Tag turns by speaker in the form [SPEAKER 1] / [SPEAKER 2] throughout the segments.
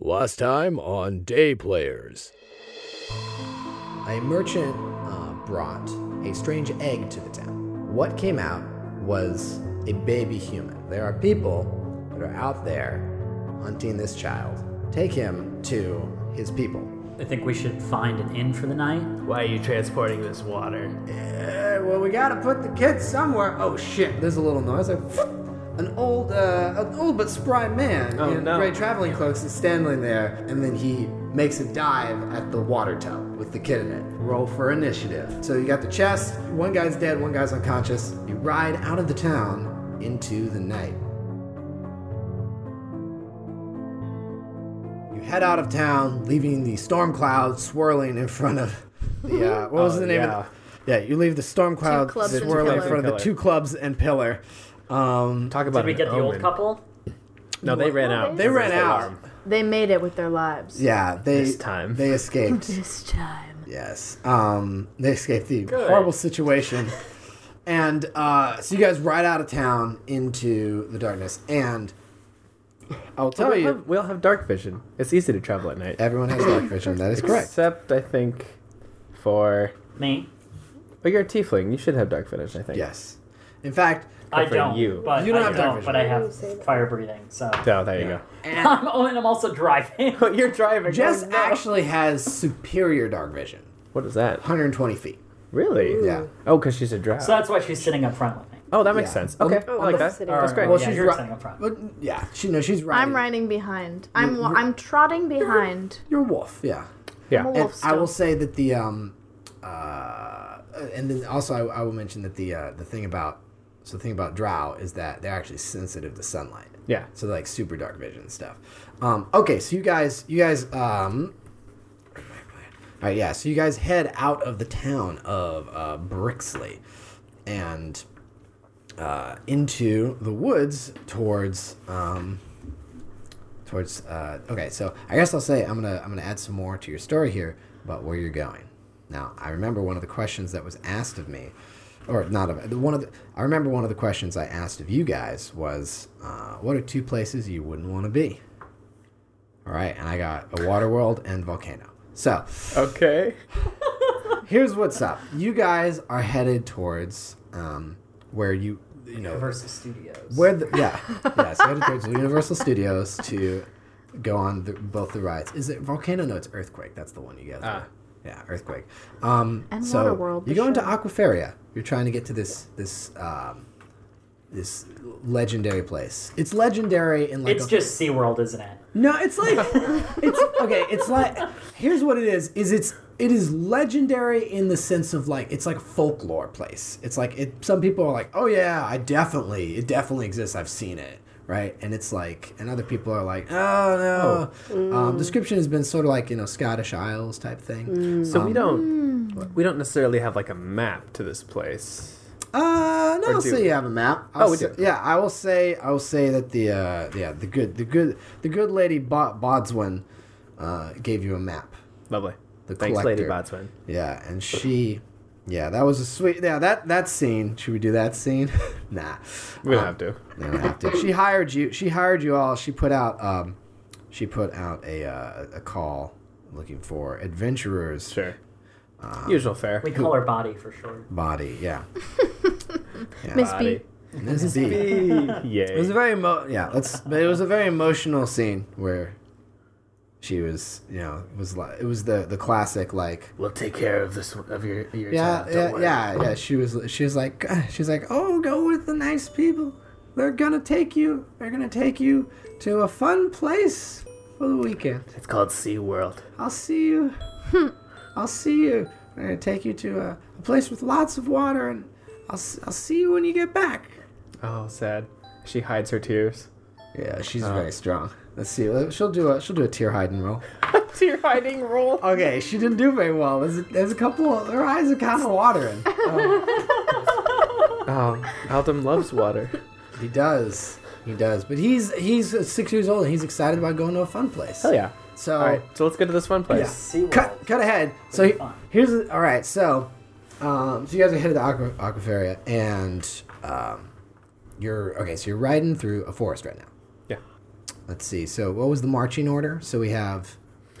[SPEAKER 1] Last time on Day Players.
[SPEAKER 2] A merchant uh, brought a strange egg to the town. What came out was a baby human. There are people that are out there hunting this child. Take him to his people.
[SPEAKER 3] I think we should find an inn for the night.
[SPEAKER 4] Why are you transporting this water?
[SPEAKER 2] Eh, well, we gotta put the kids somewhere. Oh shit! There's a little noise. Like, an old, uh, an old but spry man
[SPEAKER 4] Oh,
[SPEAKER 2] in
[SPEAKER 4] no.
[SPEAKER 2] gray traveling cloaks is standing there, and then he makes a dive at the water tub with the kid in it. Roll for initiative. So you got the chest. One guy's dead. One guy's unconscious. You ride out of the town into the night. You head out of town, leaving the storm cloud swirling in front of the. Uh, what was
[SPEAKER 4] Oh,
[SPEAKER 2] the name
[SPEAKER 4] yeah.
[SPEAKER 2] of the, Yeah, you leave the storm cloud
[SPEAKER 5] clubs and
[SPEAKER 2] swirling in
[SPEAKER 5] pillar.
[SPEAKER 2] front of the
[SPEAKER 4] Pillar.
[SPEAKER 2] two clubs and pillar. Um,
[SPEAKER 4] Talk about
[SPEAKER 3] Did we
[SPEAKER 4] an
[SPEAKER 3] get the old
[SPEAKER 4] omen.
[SPEAKER 3] couple?
[SPEAKER 4] No, they ran out.
[SPEAKER 2] they ran
[SPEAKER 4] That's the
[SPEAKER 2] out.
[SPEAKER 4] alarm.
[SPEAKER 5] They made it with their lives.
[SPEAKER 2] Yeah, they
[SPEAKER 4] This time.
[SPEAKER 2] they escaped.
[SPEAKER 5] This time.
[SPEAKER 2] yes, um, they escaped the horrible situation. And uh, so you guys ride out of town into the darkness, and I'll
[SPEAKER 4] Oh,
[SPEAKER 2] tell
[SPEAKER 4] we,
[SPEAKER 2] you,
[SPEAKER 4] have, we all have dark vision. It's easy to travel at night.
[SPEAKER 2] everyone has dark vision. That is correct.
[SPEAKER 4] Except, I think, for.
[SPEAKER 3] Me?
[SPEAKER 4] But you're a tiefling. You should have dark vision, I think.
[SPEAKER 2] Yes. In fact,
[SPEAKER 3] I
[SPEAKER 4] for
[SPEAKER 3] don't.
[SPEAKER 4] you.
[SPEAKER 3] But
[SPEAKER 2] You don't
[SPEAKER 3] I
[SPEAKER 2] have dark
[SPEAKER 3] don't,
[SPEAKER 2] vision.
[SPEAKER 3] but I have fire breathing, so.
[SPEAKER 4] So, there you
[SPEAKER 3] I'm, oh, and I'm also driving.
[SPEAKER 4] go. you're driving.
[SPEAKER 2] Jess
[SPEAKER 4] Oh, no.
[SPEAKER 2] actually has superior dark vision,
[SPEAKER 4] What is that?
[SPEAKER 2] 120 feet.
[SPEAKER 4] Really?
[SPEAKER 2] Yeah.
[SPEAKER 4] Oh, because she's a drow.
[SPEAKER 3] so that's why she's sitting up front with me.
[SPEAKER 4] oh, that makes
[SPEAKER 2] Yeah.
[SPEAKER 4] sense. Okay.
[SPEAKER 2] Oh,
[SPEAKER 4] I like
[SPEAKER 5] that's
[SPEAKER 4] that.
[SPEAKER 5] sitting
[SPEAKER 4] That's
[SPEAKER 3] down.
[SPEAKER 4] great.
[SPEAKER 3] Well,
[SPEAKER 2] she's
[SPEAKER 3] yeah, you're
[SPEAKER 2] ri-
[SPEAKER 3] sitting up front.
[SPEAKER 2] But yeah, she no, she's riding.
[SPEAKER 5] I'm riding behind. I'm wa- I'm trotting behind.
[SPEAKER 2] You're a wolf. Yeah.
[SPEAKER 4] yeah.
[SPEAKER 5] I'm a
[SPEAKER 2] And
[SPEAKER 5] wolf
[SPEAKER 2] I will
[SPEAKER 5] still.
[SPEAKER 2] say that the um, uh, and then also I, I will mention that the uh, the thing about so the thing about drow is that they're actually sensitive to sunlight.
[SPEAKER 4] Yeah.
[SPEAKER 2] So they're like super dark vision and stuff. Um, okay, so you guys, you guys, um, all right, yeah. So you guys head out of the town of uh, Brixley and uh, into the woods towards um, towards uh, okay so i guess i'll say i'm gonna i'm gonna add some more to your story here about where you're going now i remember one of the questions that was asked of me or not of the- one of the i remember one of the questions i asked of you guys was uh, what are two places you wouldn't want to be all right and i got a water world and volcano so
[SPEAKER 4] Okay.
[SPEAKER 2] here's what's up you guys are headed towards um, where you you know
[SPEAKER 3] Versus Studios.
[SPEAKER 2] where the, yeah, yeah. So headed towards Universal Studios to go on the, both the rides. Is it volcano? No, it's earthquake. That's the one you guys.
[SPEAKER 4] Ah.
[SPEAKER 2] know. Yeah, earthquake. Um,
[SPEAKER 5] And
[SPEAKER 2] so
[SPEAKER 5] Waterworld,
[SPEAKER 2] You
[SPEAKER 5] the
[SPEAKER 2] go into
[SPEAKER 5] show.
[SPEAKER 2] Aquaferia. You're trying to get to this this um, this legendary place. It's legendary in like
[SPEAKER 3] It's
[SPEAKER 2] a-
[SPEAKER 3] just SeaWorld, isn't it?
[SPEAKER 2] no, it's like it's okay, it's like here's what it is is it's it is legendary in the sense of like it's like a folklore place. It's like it some people are like, "Oh yeah, I definitely it definitely exists. I've seen it." Right? And it's like and other people are like, "Oh no."
[SPEAKER 4] Mm.
[SPEAKER 2] Um, description has been sort of like, you know, Scottish Isles type thing.
[SPEAKER 4] Mm.
[SPEAKER 2] Um,
[SPEAKER 4] So we don't
[SPEAKER 2] Mm.
[SPEAKER 4] we don't necessarily have like a map to this place.
[SPEAKER 2] Uh, no,
[SPEAKER 4] Or
[SPEAKER 2] I'll
[SPEAKER 4] do
[SPEAKER 2] say
[SPEAKER 4] we?
[SPEAKER 2] you have a map. I'll
[SPEAKER 4] Oh, we
[SPEAKER 2] say-
[SPEAKER 4] do.
[SPEAKER 2] Yeah, I will say. I will say that the uh, yeah, the good, the good, the good lady Bo- Bodswin, uh, gave you a map.
[SPEAKER 4] Lovely.
[SPEAKER 2] The
[SPEAKER 4] Thanks, Lady
[SPEAKER 2] collector.
[SPEAKER 4] Botsman.
[SPEAKER 2] Yeah, and she, yeah, that was a sweet. Yeah, that that scene. Should we do that scene? nah,
[SPEAKER 4] We don't have to.
[SPEAKER 2] we don't have to. She hired you. She hired you all. She put out um, she put out a uh, a call looking for adventurers.
[SPEAKER 4] Sure. Usual fare.
[SPEAKER 3] We call her Body for short.
[SPEAKER 2] Body. Yeah. yeah.
[SPEAKER 5] Miss B.
[SPEAKER 4] Body.
[SPEAKER 2] And this is B. It was a
[SPEAKER 4] Yay.
[SPEAKER 2] very emo- yeah. Let's. But it was a very emotional scene where she was, you know, it was like it was the the classic like
[SPEAKER 4] We'll take care of this of your your
[SPEAKER 2] yeah yeah yeah yeah. She was she was like she was like oh go with the nice people. They're gonna take you. They're gonna take you to a fun place for the weekend.
[SPEAKER 4] It's called Sea World.
[SPEAKER 2] I'll see you. I'll see you. I'm gonna take you to a, a place with lots of water, and I'll s- I'll see you when you get back.
[SPEAKER 4] Oh, sad. She hides her tears.
[SPEAKER 2] Yeah, she's very strong. Let's see. uh, She'll do a she'll do a tear hide and roll.
[SPEAKER 4] Tear hiding roll.
[SPEAKER 2] Okay, she didn't do very well. There's a, there's a couple. Her eyes are kind of watering.
[SPEAKER 4] Oh, Aldum loves water.
[SPEAKER 2] he does. He does. But he's he's six years old and he's excited about going to a fun place.
[SPEAKER 4] Hell yeah.
[SPEAKER 2] So
[SPEAKER 4] All right, so let's go to this one place.
[SPEAKER 3] SeaWorld.
[SPEAKER 2] cut cut ahead. So he-
[SPEAKER 3] fun.
[SPEAKER 2] here's the- all right. So um, so you guys are headed to Aqua, Aquaferia and um, you're okay. So you're riding through a forest right now.
[SPEAKER 4] Yeah.
[SPEAKER 2] Let's see. So what was the marching order? So we have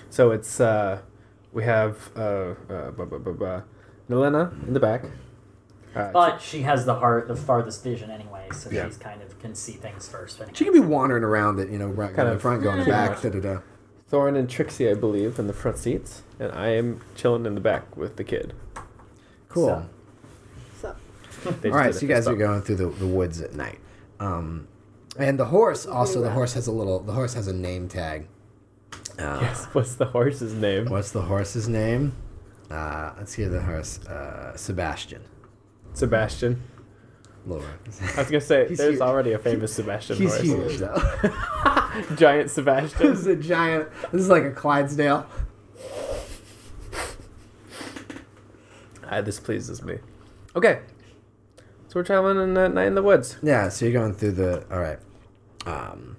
[SPEAKER 4] So it's uh, we have uh, uh, bu- bu- bu- bu- Nelena in the back. Uh,
[SPEAKER 3] But she has the heart, the farthest vision anyway, so
[SPEAKER 4] Yeah.
[SPEAKER 3] she's kind of can see things first. Anyway.
[SPEAKER 2] she can be wandering around it, you know, right,
[SPEAKER 4] Kind
[SPEAKER 2] going to the
[SPEAKER 4] of-
[SPEAKER 2] front, going to the
[SPEAKER 4] Yeah.
[SPEAKER 2] back, da da da.
[SPEAKER 4] Thorin and Trixie, I believe, in the front seats, and I am chilling in the back with the kid.
[SPEAKER 2] Cool.
[SPEAKER 3] So-
[SPEAKER 5] So
[SPEAKER 4] They
[SPEAKER 2] All right,
[SPEAKER 4] just
[SPEAKER 2] so you
[SPEAKER 4] did
[SPEAKER 2] guys
[SPEAKER 4] it.
[SPEAKER 2] are going through the, the woods at night, um, and the horse also. The horse has a little. The horse has a name tag. Uh,
[SPEAKER 4] Yes, what's the horse's name?
[SPEAKER 2] What's the horse's name? Uh, let's hear the horse. Uh, Sebastian.
[SPEAKER 4] Sebastian.
[SPEAKER 2] Laura.
[SPEAKER 4] I was gonna say,
[SPEAKER 2] He's
[SPEAKER 4] there's
[SPEAKER 2] huge.
[SPEAKER 4] already a famous Sebastian
[SPEAKER 2] He's
[SPEAKER 4] horse.
[SPEAKER 2] huge though.
[SPEAKER 4] Giant
[SPEAKER 2] this
[SPEAKER 4] Sebastian.
[SPEAKER 2] is a giant. This is like a Clydesdale.
[SPEAKER 4] ah, this pleases me. Okay, so we're traveling in that night in the woods.
[SPEAKER 2] Yeah, so you're going through the all right, um,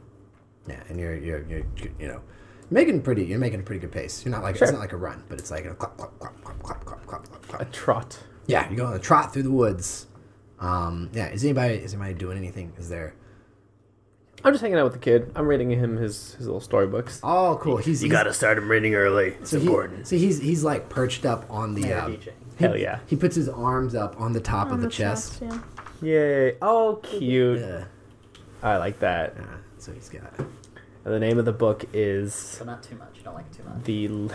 [SPEAKER 2] yeah, and you're you're you're you know making pretty. You're making a pretty good pace. You're not like it's
[SPEAKER 4] Sure.
[SPEAKER 2] not like a run, but it's like a clop clop clop clop clop clop clop clop.
[SPEAKER 4] A
[SPEAKER 2] clop.
[SPEAKER 4] trot.
[SPEAKER 2] Yeah, you're going on a trot through the woods. Um, yeah, is anybody is anybody doing anything? Is there?
[SPEAKER 4] I'm just hanging out with the kid. I'm reading him his his little storybooks.
[SPEAKER 2] Oh, cool. He's
[SPEAKER 1] You
[SPEAKER 2] he's-
[SPEAKER 1] gotta start him reading early. It's
[SPEAKER 2] so he-
[SPEAKER 1] important.
[SPEAKER 2] So he's he's like perched up on the.
[SPEAKER 3] They're
[SPEAKER 2] Uh,
[SPEAKER 3] DJing.
[SPEAKER 4] Hell yeah.
[SPEAKER 2] he puts his arms up on the top of
[SPEAKER 5] on
[SPEAKER 2] the, chest.
[SPEAKER 5] yeah.
[SPEAKER 4] Yay. Oh, cute.
[SPEAKER 2] Yeah,
[SPEAKER 4] I like that.
[SPEAKER 2] yeah. So he's got.
[SPEAKER 4] And the name of the book is
[SPEAKER 3] So not too much. Don't like it too much.
[SPEAKER 4] the L-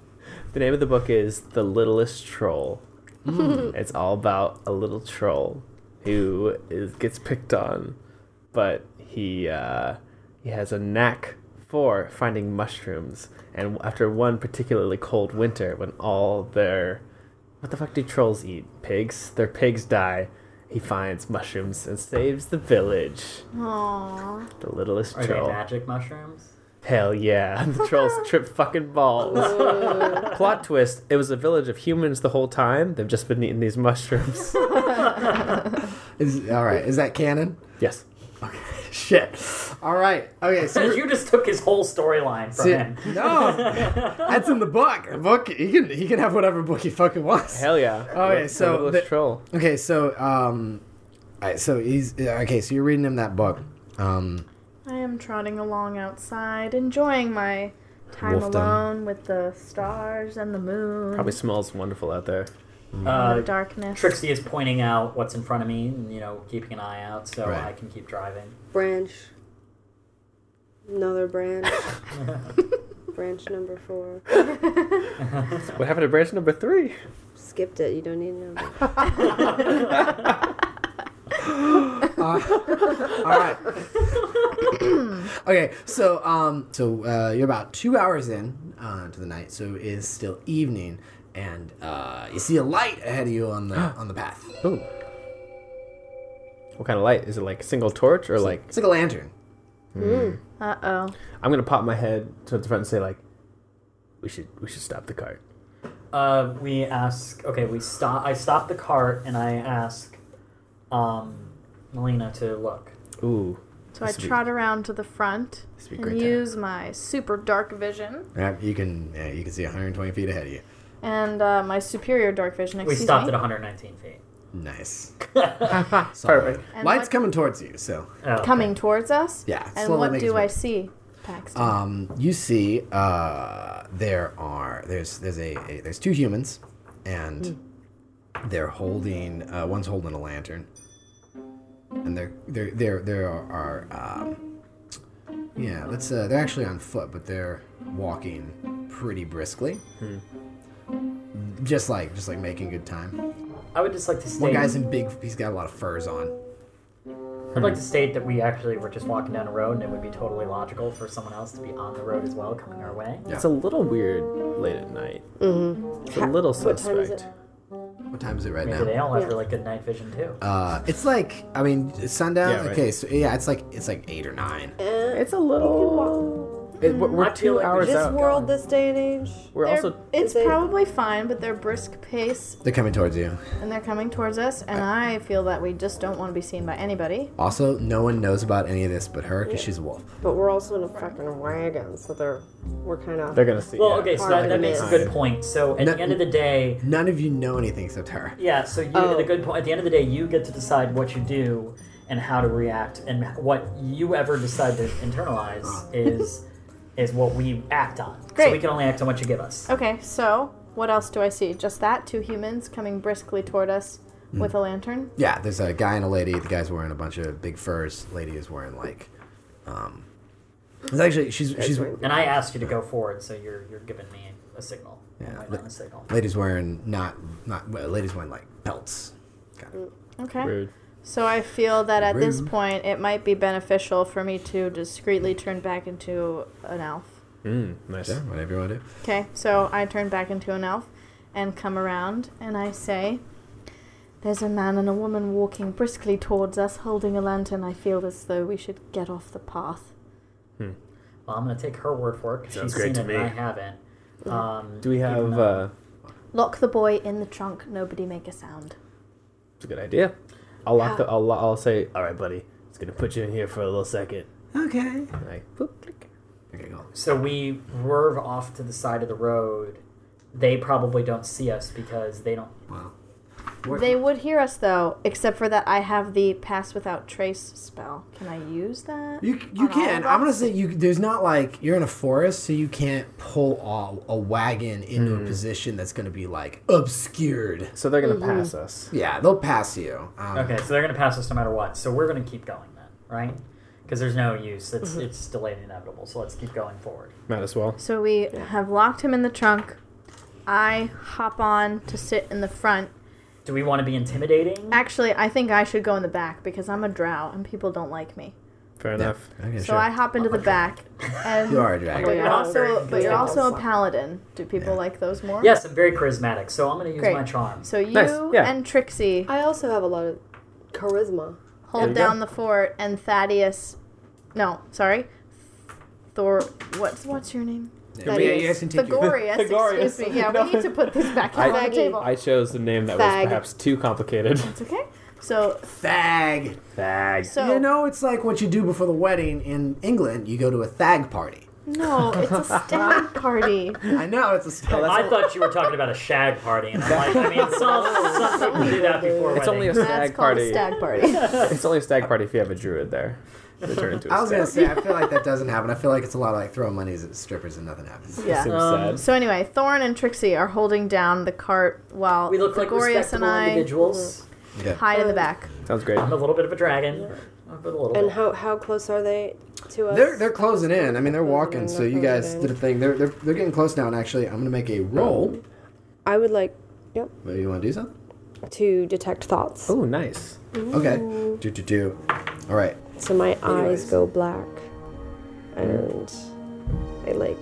[SPEAKER 4] The name of the book is The Littlest Troll.
[SPEAKER 3] Mm.
[SPEAKER 4] It's all about a little troll who is gets picked on, but he uh, he has a knack for finding mushrooms. And after one particularly cold winter, when all their what the fuck do trolls eat? Pigs. Their pigs die. He finds mushrooms and saves the village.
[SPEAKER 5] Aww.
[SPEAKER 4] The littlest
[SPEAKER 3] Are
[SPEAKER 4] troll.
[SPEAKER 3] they magic mushrooms?
[SPEAKER 4] Hell yeah. The trolls trip fucking balls. Plot twist it was a village of humans the whole time. They've just been eating these mushrooms.
[SPEAKER 2] Is all right. Is that canon?
[SPEAKER 4] yes.
[SPEAKER 2] Shit. All right. Okay. So
[SPEAKER 3] you just took his whole storyline from
[SPEAKER 2] See,
[SPEAKER 3] him.
[SPEAKER 2] no, that's in the book. A book. He can he can have whatever book he fucking wants.
[SPEAKER 4] Hell yeah.
[SPEAKER 2] Okay,
[SPEAKER 4] The
[SPEAKER 2] so
[SPEAKER 4] littlest
[SPEAKER 2] the-
[SPEAKER 4] troll.
[SPEAKER 2] Okay, so um, alright, so he's yeah, okay. So you're reading him that book. Um,
[SPEAKER 5] I am trotting along outside, enjoying my time
[SPEAKER 2] Wolfdom.
[SPEAKER 5] alone with the stars and the moon,
[SPEAKER 4] Probably smells wonderful out there.
[SPEAKER 5] and the
[SPEAKER 3] Uh,
[SPEAKER 5] darkness.
[SPEAKER 3] Trixie is pointing out what's in front of me, and you know, keeping an eye out so
[SPEAKER 2] Right.
[SPEAKER 3] I can keep driving.
[SPEAKER 6] branch. Another branch. branch number four.
[SPEAKER 4] What happened to branch number three?
[SPEAKER 6] Skipped it. You don't need a number.
[SPEAKER 2] all right. okay, so um, so uh, you're about two hours in uh, to the night, so it is still evening, and uh, you see a light ahead of you on the on the path.
[SPEAKER 4] Ooh. What kind of light? Is it like a single torch or like.
[SPEAKER 2] It's like a lantern.
[SPEAKER 5] Uh oh.
[SPEAKER 4] I'm going to pop my head to the front and say, like, we should we should stop the cart.
[SPEAKER 3] Uh, we ask. Okay, we stop. I stop the cart and I ask, um, Melina to look.
[SPEAKER 4] Ooh.
[SPEAKER 5] So I
[SPEAKER 4] This would be-
[SPEAKER 5] trot around to the front
[SPEAKER 4] This would be
[SPEAKER 5] and
[SPEAKER 4] great. To
[SPEAKER 5] use my super dark vision
[SPEAKER 2] Right, you can yeah, you can see 120 feet ahead of you.
[SPEAKER 5] and uh, my superior dark vision.
[SPEAKER 3] we
[SPEAKER 5] Excuse
[SPEAKER 3] stopped at
[SPEAKER 5] me.
[SPEAKER 3] 119 feet.
[SPEAKER 2] Nice.
[SPEAKER 4] have.
[SPEAKER 2] Solid.
[SPEAKER 4] Perfect.
[SPEAKER 5] And
[SPEAKER 2] Light's
[SPEAKER 5] what-
[SPEAKER 2] coming towards you, so
[SPEAKER 3] Oh,
[SPEAKER 5] Coming towards us.
[SPEAKER 2] Yeah,
[SPEAKER 5] And
[SPEAKER 2] slowly
[SPEAKER 5] what
[SPEAKER 2] make its
[SPEAKER 5] do
[SPEAKER 2] way.
[SPEAKER 5] I see, Paxton?
[SPEAKER 2] Um, you see, uh, there are there's there's a, a there's two humans, and
[SPEAKER 4] Hmm.
[SPEAKER 2] they're holding uh, one's holding a lantern, and they're they're they're there are, are um, yeah, let's uh, they're actually on foot, but they're walking pretty briskly,
[SPEAKER 4] Hmm.
[SPEAKER 2] just like just like making good time.
[SPEAKER 3] I would just like to state.
[SPEAKER 2] One guy's in big, he's got a lot of furs on.
[SPEAKER 3] I'd like to state that we actually were just walking down a road, and it would be totally logical for someone else to be on the road as well, coming our way.
[SPEAKER 4] It's a little weird late at night. Mm-hmm. It's a little
[SPEAKER 6] What time is
[SPEAKER 4] suspect.
[SPEAKER 6] it?
[SPEAKER 2] What time is it right
[SPEAKER 3] Maybe
[SPEAKER 2] now?
[SPEAKER 3] they all have
[SPEAKER 6] Yeah.
[SPEAKER 3] really good night vision too.
[SPEAKER 2] Uh, it's like I mean sundown.
[SPEAKER 4] Yeah, right.
[SPEAKER 2] Okay, so yeah, it's like it's like eight or nine.
[SPEAKER 4] It's a little. It, we're we're
[SPEAKER 3] I feel
[SPEAKER 4] two
[SPEAKER 3] like
[SPEAKER 4] hours
[SPEAKER 3] this
[SPEAKER 6] This
[SPEAKER 4] out.
[SPEAKER 6] world, this day and age.
[SPEAKER 4] We're
[SPEAKER 5] They're-
[SPEAKER 4] also
[SPEAKER 5] it's
[SPEAKER 6] They-
[SPEAKER 5] probably fine, but they're brisk pace
[SPEAKER 2] They're coming towards you.
[SPEAKER 5] and they're coming towards us, and I feel that we just don't want to be seen by anybody.
[SPEAKER 2] Also, no one knows about any of this but her because she's a wolf.
[SPEAKER 6] But we're also in a fucking wagon, so they're we're kind of.
[SPEAKER 4] they're gonna see.
[SPEAKER 3] well,
[SPEAKER 4] yeah.
[SPEAKER 3] okay, so
[SPEAKER 6] Or
[SPEAKER 3] that,
[SPEAKER 6] the
[SPEAKER 3] that makes a
[SPEAKER 6] mist.
[SPEAKER 3] good point. So at
[SPEAKER 2] No-
[SPEAKER 3] the end of the day,
[SPEAKER 2] None of you know anything except her.
[SPEAKER 3] yeah. So you,
[SPEAKER 6] Oh.
[SPEAKER 3] at a good point. At the end of the day, you get to decide what you do, and how to react and what you ever decide to internalize is is what we act on. So we
[SPEAKER 5] Great.
[SPEAKER 3] can only act on what you give us.
[SPEAKER 5] Okay, so what else do I see? Just that two humans coming briskly toward us with a lantern.
[SPEAKER 2] Yeah, there's a guy and a lady. The guy's wearing a bunch of big furs. Lady is wearing like, um, it's actually she's she's
[SPEAKER 3] And I asked you to go forward, so you're you're giving me a signal.
[SPEAKER 2] Yeah,
[SPEAKER 3] Am I
[SPEAKER 2] but-
[SPEAKER 3] not a signal.
[SPEAKER 2] lady's wearing not not well, lady's wearing like pelts. Kind of.
[SPEAKER 5] Okay.
[SPEAKER 4] Rude.
[SPEAKER 5] So I feel that at this
[SPEAKER 2] Rude.
[SPEAKER 5] point it might be beneficial for me to discreetly turn back into an elf.
[SPEAKER 4] Mm, nice.
[SPEAKER 2] Yeah, whatever you want to do.
[SPEAKER 5] Okay, so I turn back into an elf and come around and I say, There's a man and a woman walking briskly towards us holding a lantern. I feel as though we should get off the path.
[SPEAKER 3] Well, I'm gonna take her word for it because she's
[SPEAKER 4] Sounds
[SPEAKER 3] seen
[SPEAKER 4] great
[SPEAKER 3] it
[SPEAKER 4] to
[SPEAKER 3] and I
[SPEAKER 4] me.
[SPEAKER 3] haven't. Um,
[SPEAKER 4] Do we have?
[SPEAKER 3] even though-
[SPEAKER 4] Uh,
[SPEAKER 5] Lock the boy in the trunk, nobody make a sound.
[SPEAKER 4] it's a good idea. I'll lock
[SPEAKER 5] Yeah.
[SPEAKER 4] the. I'll, lo- I'll say. All right, buddy. It's gonna put you in here for a little second.
[SPEAKER 2] Okay.
[SPEAKER 4] And I boop, click.
[SPEAKER 2] Okay, cool.
[SPEAKER 3] So we swerve off to the side of the road. They probably don't see us because they don't.
[SPEAKER 2] Wow. What-
[SPEAKER 5] They would hear us though, except for that I have the pass without trace spell. Can I use that?
[SPEAKER 2] You, you
[SPEAKER 5] on all
[SPEAKER 2] can.
[SPEAKER 5] of
[SPEAKER 2] I'm gonna
[SPEAKER 5] us?
[SPEAKER 2] say you. There's not like you're in a forest, so you can't pull a, a wagon into a position that's gonna be like obscured.
[SPEAKER 4] So they're gonna pass us.
[SPEAKER 2] Yeah, they'll pass you. Um,
[SPEAKER 3] Okay, so they're gonna pass us no matter what. So we're gonna keep going then, right? Because there's no use. It's
[SPEAKER 4] Mm-hmm.
[SPEAKER 3] it's delayed and inevitable. So let's keep going forward.
[SPEAKER 4] Might as well.
[SPEAKER 5] So we have locked him in the trunk. I hop on to sit in the front.
[SPEAKER 3] Do we want to be intimidating?
[SPEAKER 5] Actually, I think I should go in the back because I'm a drow and people don't like me.
[SPEAKER 4] Fair
[SPEAKER 2] Yeah.
[SPEAKER 4] enough.
[SPEAKER 2] Okay,
[SPEAKER 5] So
[SPEAKER 2] sure.
[SPEAKER 5] I hop into the back. And
[SPEAKER 2] you are a dragon.
[SPEAKER 5] but you're
[SPEAKER 6] Yeah.
[SPEAKER 5] also but you're
[SPEAKER 3] Yeah.
[SPEAKER 5] also a paladin. Do people
[SPEAKER 2] Yeah.
[SPEAKER 5] like those more?
[SPEAKER 3] Yes, I'm very charismatic, so I'm gonna use
[SPEAKER 5] Great.
[SPEAKER 3] my charm.
[SPEAKER 5] So you
[SPEAKER 4] Nice, yeah.
[SPEAKER 5] and Trixie
[SPEAKER 6] I also have a lot of charisma.
[SPEAKER 4] There
[SPEAKER 5] hold
[SPEAKER 4] you
[SPEAKER 5] down the fort, and Thaddeus. No, sorry. Thor. What's what's your name?
[SPEAKER 2] Yeah,
[SPEAKER 5] That
[SPEAKER 2] yeah,
[SPEAKER 5] is
[SPEAKER 2] you guys can take your-
[SPEAKER 5] Thagorius,
[SPEAKER 4] Thagorius.
[SPEAKER 5] excuse me. Yeah,
[SPEAKER 4] No.
[SPEAKER 5] we need to put this back
[SPEAKER 4] I-
[SPEAKER 5] on the
[SPEAKER 6] Faggy.
[SPEAKER 5] table.
[SPEAKER 4] I chose the name that
[SPEAKER 6] Fag.
[SPEAKER 4] was perhaps too complicated.
[SPEAKER 5] it's okay. So,
[SPEAKER 2] Thag.
[SPEAKER 4] Fag.
[SPEAKER 5] so
[SPEAKER 2] You know, it's like what you do before the wedding in England. You go to a thag party.
[SPEAKER 5] no, it's a stag party.
[SPEAKER 2] I know it's Oh, a spell.
[SPEAKER 3] I thought you were talking about a shag party, and I'm like, I mean, some, some people do that before
[SPEAKER 4] It's only a
[SPEAKER 3] weddings.
[SPEAKER 5] That's
[SPEAKER 4] stag
[SPEAKER 5] called
[SPEAKER 4] party.
[SPEAKER 5] a stag party.
[SPEAKER 4] It's only a stag party if you have a druid there. They turn into a
[SPEAKER 2] I was
[SPEAKER 4] stag.
[SPEAKER 2] gonna say. I feel like that doesn't happen. I feel like it's a lot of like throwing monies at strippers and nothing happens.
[SPEAKER 5] yeah.
[SPEAKER 4] Seems
[SPEAKER 3] Um,
[SPEAKER 4] sad.
[SPEAKER 5] So anyway, Thorn and Trixie are holding down the cart while
[SPEAKER 3] We look like
[SPEAKER 5] Gregorius and
[SPEAKER 3] respectable
[SPEAKER 5] I
[SPEAKER 3] individuals.
[SPEAKER 2] Yeah.
[SPEAKER 5] hide in the back.
[SPEAKER 4] Sounds great.
[SPEAKER 3] I'm a little bit of a dragon, but a little.
[SPEAKER 6] And
[SPEAKER 3] bit.
[SPEAKER 6] how how close are they to us?
[SPEAKER 2] They're they're closing in. I mean, they're
[SPEAKER 6] Closing
[SPEAKER 2] walking.
[SPEAKER 6] in,
[SPEAKER 2] So
[SPEAKER 6] they're
[SPEAKER 2] you guys
[SPEAKER 6] closing
[SPEAKER 2] did a thing. They're they're, they're getting close now. And actually, I'm gonna make a roll.
[SPEAKER 6] I would like, yep,
[SPEAKER 2] Wait, you want to do something?
[SPEAKER 6] to detect thoughts.
[SPEAKER 4] Oh, nice.
[SPEAKER 2] Okay. Do do do. All right.
[SPEAKER 6] So my
[SPEAKER 4] Anyways.
[SPEAKER 6] eyes go black, and I like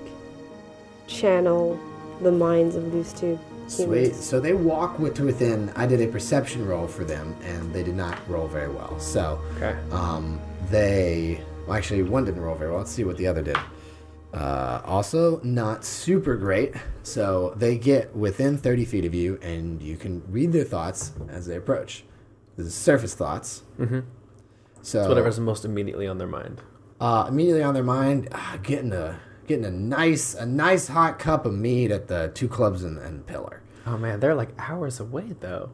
[SPEAKER 6] channel the minds of these two
[SPEAKER 2] Sweet.
[SPEAKER 6] humans.
[SPEAKER 2] So they walk with to within. I did a perception roll for them, and they did not roll very well. So
[SPEAKER 4] Okay.
[SPEAKER 2] um, they well, actually one didn't roll very well. Let's see what the other did. Uh, also not super great. So they get within 30 feet of you, and you can read their thoughts as they approach. This is surface thoughts. Mm-hmm. So
[SPEAKER 4] It's whatever's most immediately on their mind.
[SPEAKER 2] uh, immediately on their mind, ah, getting a getting a nice a nice hot cup of meat at the two clubs and, and pillar.
[SPEAKER 4] Oh man, they're like hours away though.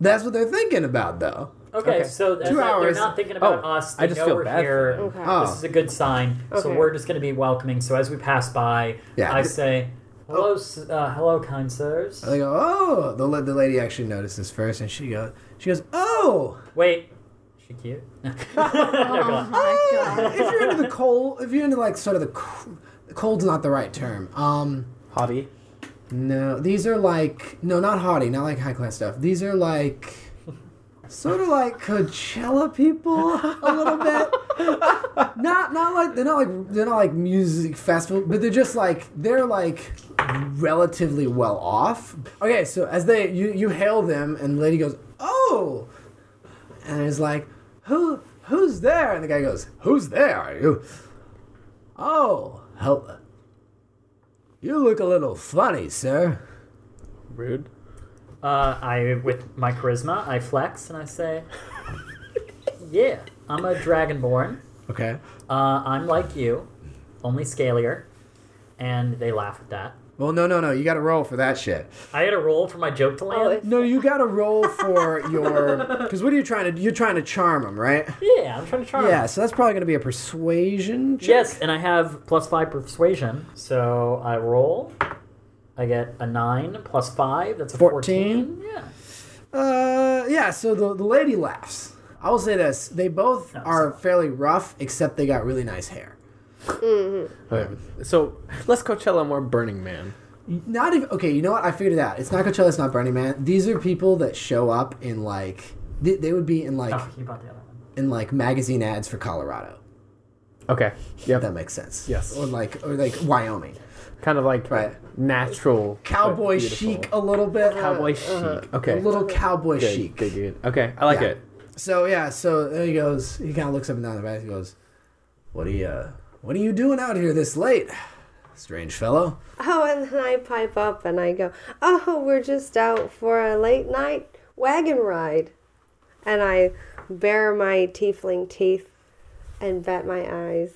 [SPEAKER 2] That's what they're thinking about though.
[SPEAKER 3] Okay,
[SPEAKER 4] Okay.
[SPEAKER 3] so that's
[SPEAKER 2] Two
[SPEAKER 3] not-
[SPEAKER 2] hours.
[SPEAKER 3] They're not thinking about
[SPEAKER 4] Oh,
[SPEAKER 3] us. They
[SPEAKER 4] I just
[SPEAKER 3] know
[SPEAKER 4] feel
[SPEAKER 3] we're
[SPEAKER 4] bad for
[SPEAKER 3] here.
[SPEAKER 4] them.
[SPEAKER 6] Okay.
[SPEAKER 2] Oh.
[SPEAKER 3] This is a good sign. So
[SPEAKER 6] Okay.
[SPEAKER 3] we're just going to be welcoming. So as we pass by,
[SPEAKER 2] Yeah.
[SPEAKER 3] I say, "Hello, s uh, hello, kind sirs."
[SPEAKER 2] They go, oh, the, la- the lady actually notices first, and she goes, she goes, oh,
[SPEAKER 3] Wait, is she cute? No, go on.
[SPEAKER 5] Oh my god.
[SPEAKER 2] Ah, if you're into the cold, if you're into like sort of the c- cold's not the right term. Um,
[SPEAKER 4] Hobby.
[SPEAKER 2] no, these are like no, not haughty, not like high class stuff. These are like sort of like Coachella people a little bit. not not like they're not like they're not like music festival, but they're just like they're like relatively well off. Okay, so as they you you hail them and the lady goes, "Oh." And is like, "Who who's there?" And the guy goes, "Who's there?" You Oh, help. You look a little funny, sir.
[SPEAKER 4] Rude.
[SPEAKER 3] Uh, I with my charisma, I flex and I say, "Yeah, I'm a dragonborn.
[SPEAKER 2] Okay.
[SPEAKER 3] Uh, I'm like you, only scalier." And they laugh at that.
[SPEAKER 2] Well, no, no, no. You got to roll for that shit.
[SPEAKER 3] I had a roll for my joke to
[SPEAKER 6] Oh,
[SPEAKER 3] land.
[SPEAKER 6] if,
[SPEAKER 2] No, you got to roll for your. Because what are you trying to? You're trying to charm them, right?
[SPEAKER 3] yeah, I'm trying to charm.
[SPEAKER 2] Yeah. So that's probably going to be a persuasion. Check.
[SPEAKER 3] Yes, and I have plus five persuasion, so I roll. I get a nine plus five. That's a fourteen.
[SPEAKER 2] 14.
[SPEAKER 3] Yeah.
[SPEAKER 2] Uh, yeah. So the the lady laughs. I will say this: they both
[SPEAKER 3] No,
[SPEAKER 2] are fairly rough, except they got really nice hair.
[SPEAKER 4] Okay. So let's Coachella more Burning Man.
[SPEAKER 2] Not even okay. You know what? I figured it out. It's not Coachella. It's not Burning Man. These are people that show up in like they, they would be in like
[SPEAKER 4] Ah.
[SPEAKER 3] Oh, you bought the other one.
[SPEAKER 2] in like magazine ads for Colorado.
[SPEAKER 4] Okay.
[SPEAKER 2] If
[SPEAKER 4] Yep.
[SPEAKER 2] that makes sense.
[SPEAKER 4] Yes.
[SPEAKER 2] Or like or like Wyoming.
[SPEAKER 4] Kind of like
[SPEAKER 2] Right.
[SPEAKER 4] natural
[SPEAKER 2] Cowboy
[SPEAKER 4] but beautiful.
[SPEAKER 2] chic a little bit.
[SPEAKER 4] Cowboy chic. Okay.
[SPEAKER 2] A little cowboy
[SPEAKER 4] good,
[SPEAKER 2] chic.
[SPEAKER 4] Good, good. Okay. I like
[SPEAKER 2] Yeah.
[SPEAKER 4] it.
[SPEAKER 2] So yeah, so there he goes. He kind of looks up and down the path. He goes, "What are you? uh, What are you doing out here this late, strange fellow?"
[SPEAKER 6] oh, and then I pipe up and I go, oh, we're just out for a late night wagon ride. And I bare my tiefling teeth and bat my eyes.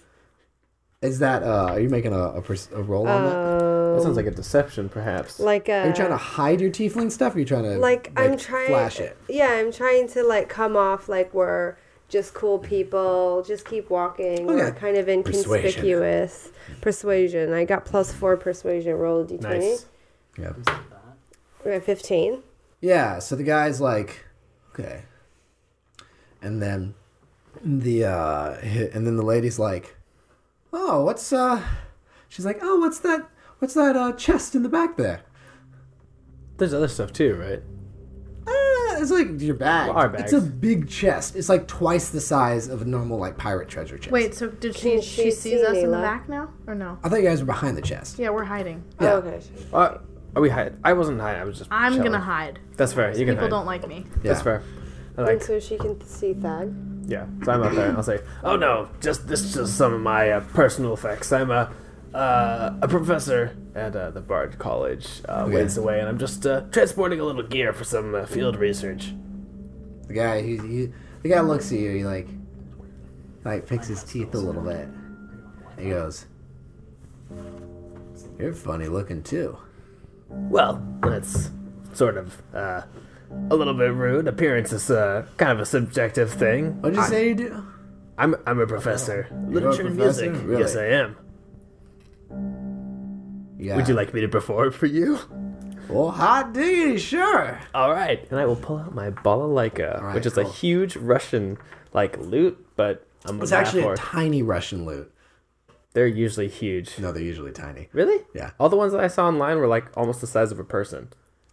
[SPEAKER 2] Is that? uh Are you making a, a, pers- a roll on that?
[SPEAKER 6] Uh,
[SPEAKER 4] That sounds like a deception, perhaps.
[SPEAKER 6] like a,
[SPEAKER 2] Are you trying to hide your tiefling stuff? Or are you trying to
[SPEAKER 6] Uh, like I'm trying
[SPEAKER 2] flash it?
[SPEAKER 6] Yeah, I'm trying to like come off like we're just cool people. Just keep walking. We're
[SPEAKER 2] Okay.
[SPEAKER 6] kind of inconspicuous. Persuasion. I got plus four persuasion. Roll d twenty.
[SPEAKER 4] nice.
[SPEAKER 2] Yeah.
[SPEAKER 6] We're at fifteen.
[SPEAKER 2] Yeah. So the guy's like, "Okay," and then the uh hi- and then the lady's like, "Oh, what's uh?" She's like, "Oh, what's that? What's that uh chest in the back there?"
[SPEAKER 4] There's other stuff too, right?
[SPEAKER 2] Uh, it's like your bag.
[SPEAKER 4] Well, our bags.
[SPEAKER 2] It's a big chest. It's like twice the size of a normal like pirate treasure chest.
[SPEAKER 5] Wait, so did she
[SPEAKER 6] Can she
[SPEAKER 5] she sees
[SPEAKER 6] see
[SPEAKER 5] us
[SPEAKER 6] me,
[SPEAKER 5] in the
[SPEAKER 6] love?
[SPEAKER 5] back now or no?
[SPEAKER 2] I thought you guys were behind the chest.
[SPEAKER 5] Yeah, we're hiding.
[SPEAKER 2] Yeah.
[SPEAKER 6] Oh, okay.
[SPEAKER 4] Uh, are we hide? I wasn't hiding. I was just.
[SPEAKER 5] I'm
[SPEAKER 4] chilling.
[SPEAKER 5] gonna hide.
[SPEAKER 4] That's fair. You can
[SPEAKER 5] People
[SPEAKER 4] hide.
[SPEAKER 5] don't like me.
[SPEAKER 2] Yeah.
[SPEAKER 4] That's fair. I
[SPEAKER 6] And
[SPEAKER 4] like.
[SPEAKER 6] so she can see Thag.
[SPEAKER 4] Yeah. So I'm out there. and I'll say, "Oh no, just this is just some of my uh, personal effects. I'm a uh, a professor at uh, the Bard College, uh,
[SPEAKER 2] Okay.
[SPEAKER 4] ways away, and I'm just uh, transporting a little gear for some uh, field research."
[SPEAKER 2] The guy he, he the guy looks at you, he like like picks his teeth a little bit. He goes You're funny looking too.
[SPEAKER 4] Well, that's sort of uh, a little bit rude. Appearance is uh, kind of a subjective thing.
[SPEAKER 2] What'd you
[SPEAKER 4] I-
[SPEAKER 2] say you do?
[SPEAKER 4] I'm I'm a professor, literature and
[SPEAKER 2] professor?
[SPEAKER 4] music.
[SPEAKER 2] Really?
[SPEAKER 4] Yes, I am.
[SPEAKER 2] Yeah.
[SPEAKER 4] Would you like me to perform for you?
[SPEAKER 2] Well hot diggity, sure.
[SPEAKER 4] All right, and I will pull out my balalaika,
[SPEAKER 2] right,
[SPEAKER 4] which is a
[SPEAKER 2] cool.
[SPEAKER 4] huge Russian like lute, but I'm
[SPEAKER 2] It's
[SPEAKER 4] not
[SPEAKER 2] actually
[SPEAKER 4] for.
[SPEAKER 2] a tiny Russian loot.
[SPEAKER 4] They're usually huge.
[SPEAKER 2] No, they're usually tiny.
[SPEAKER 4] Really?
[SPEAKER 2] Yeah.
[SPEAKER 4] All the ones that I saw online were like almost the size of a person.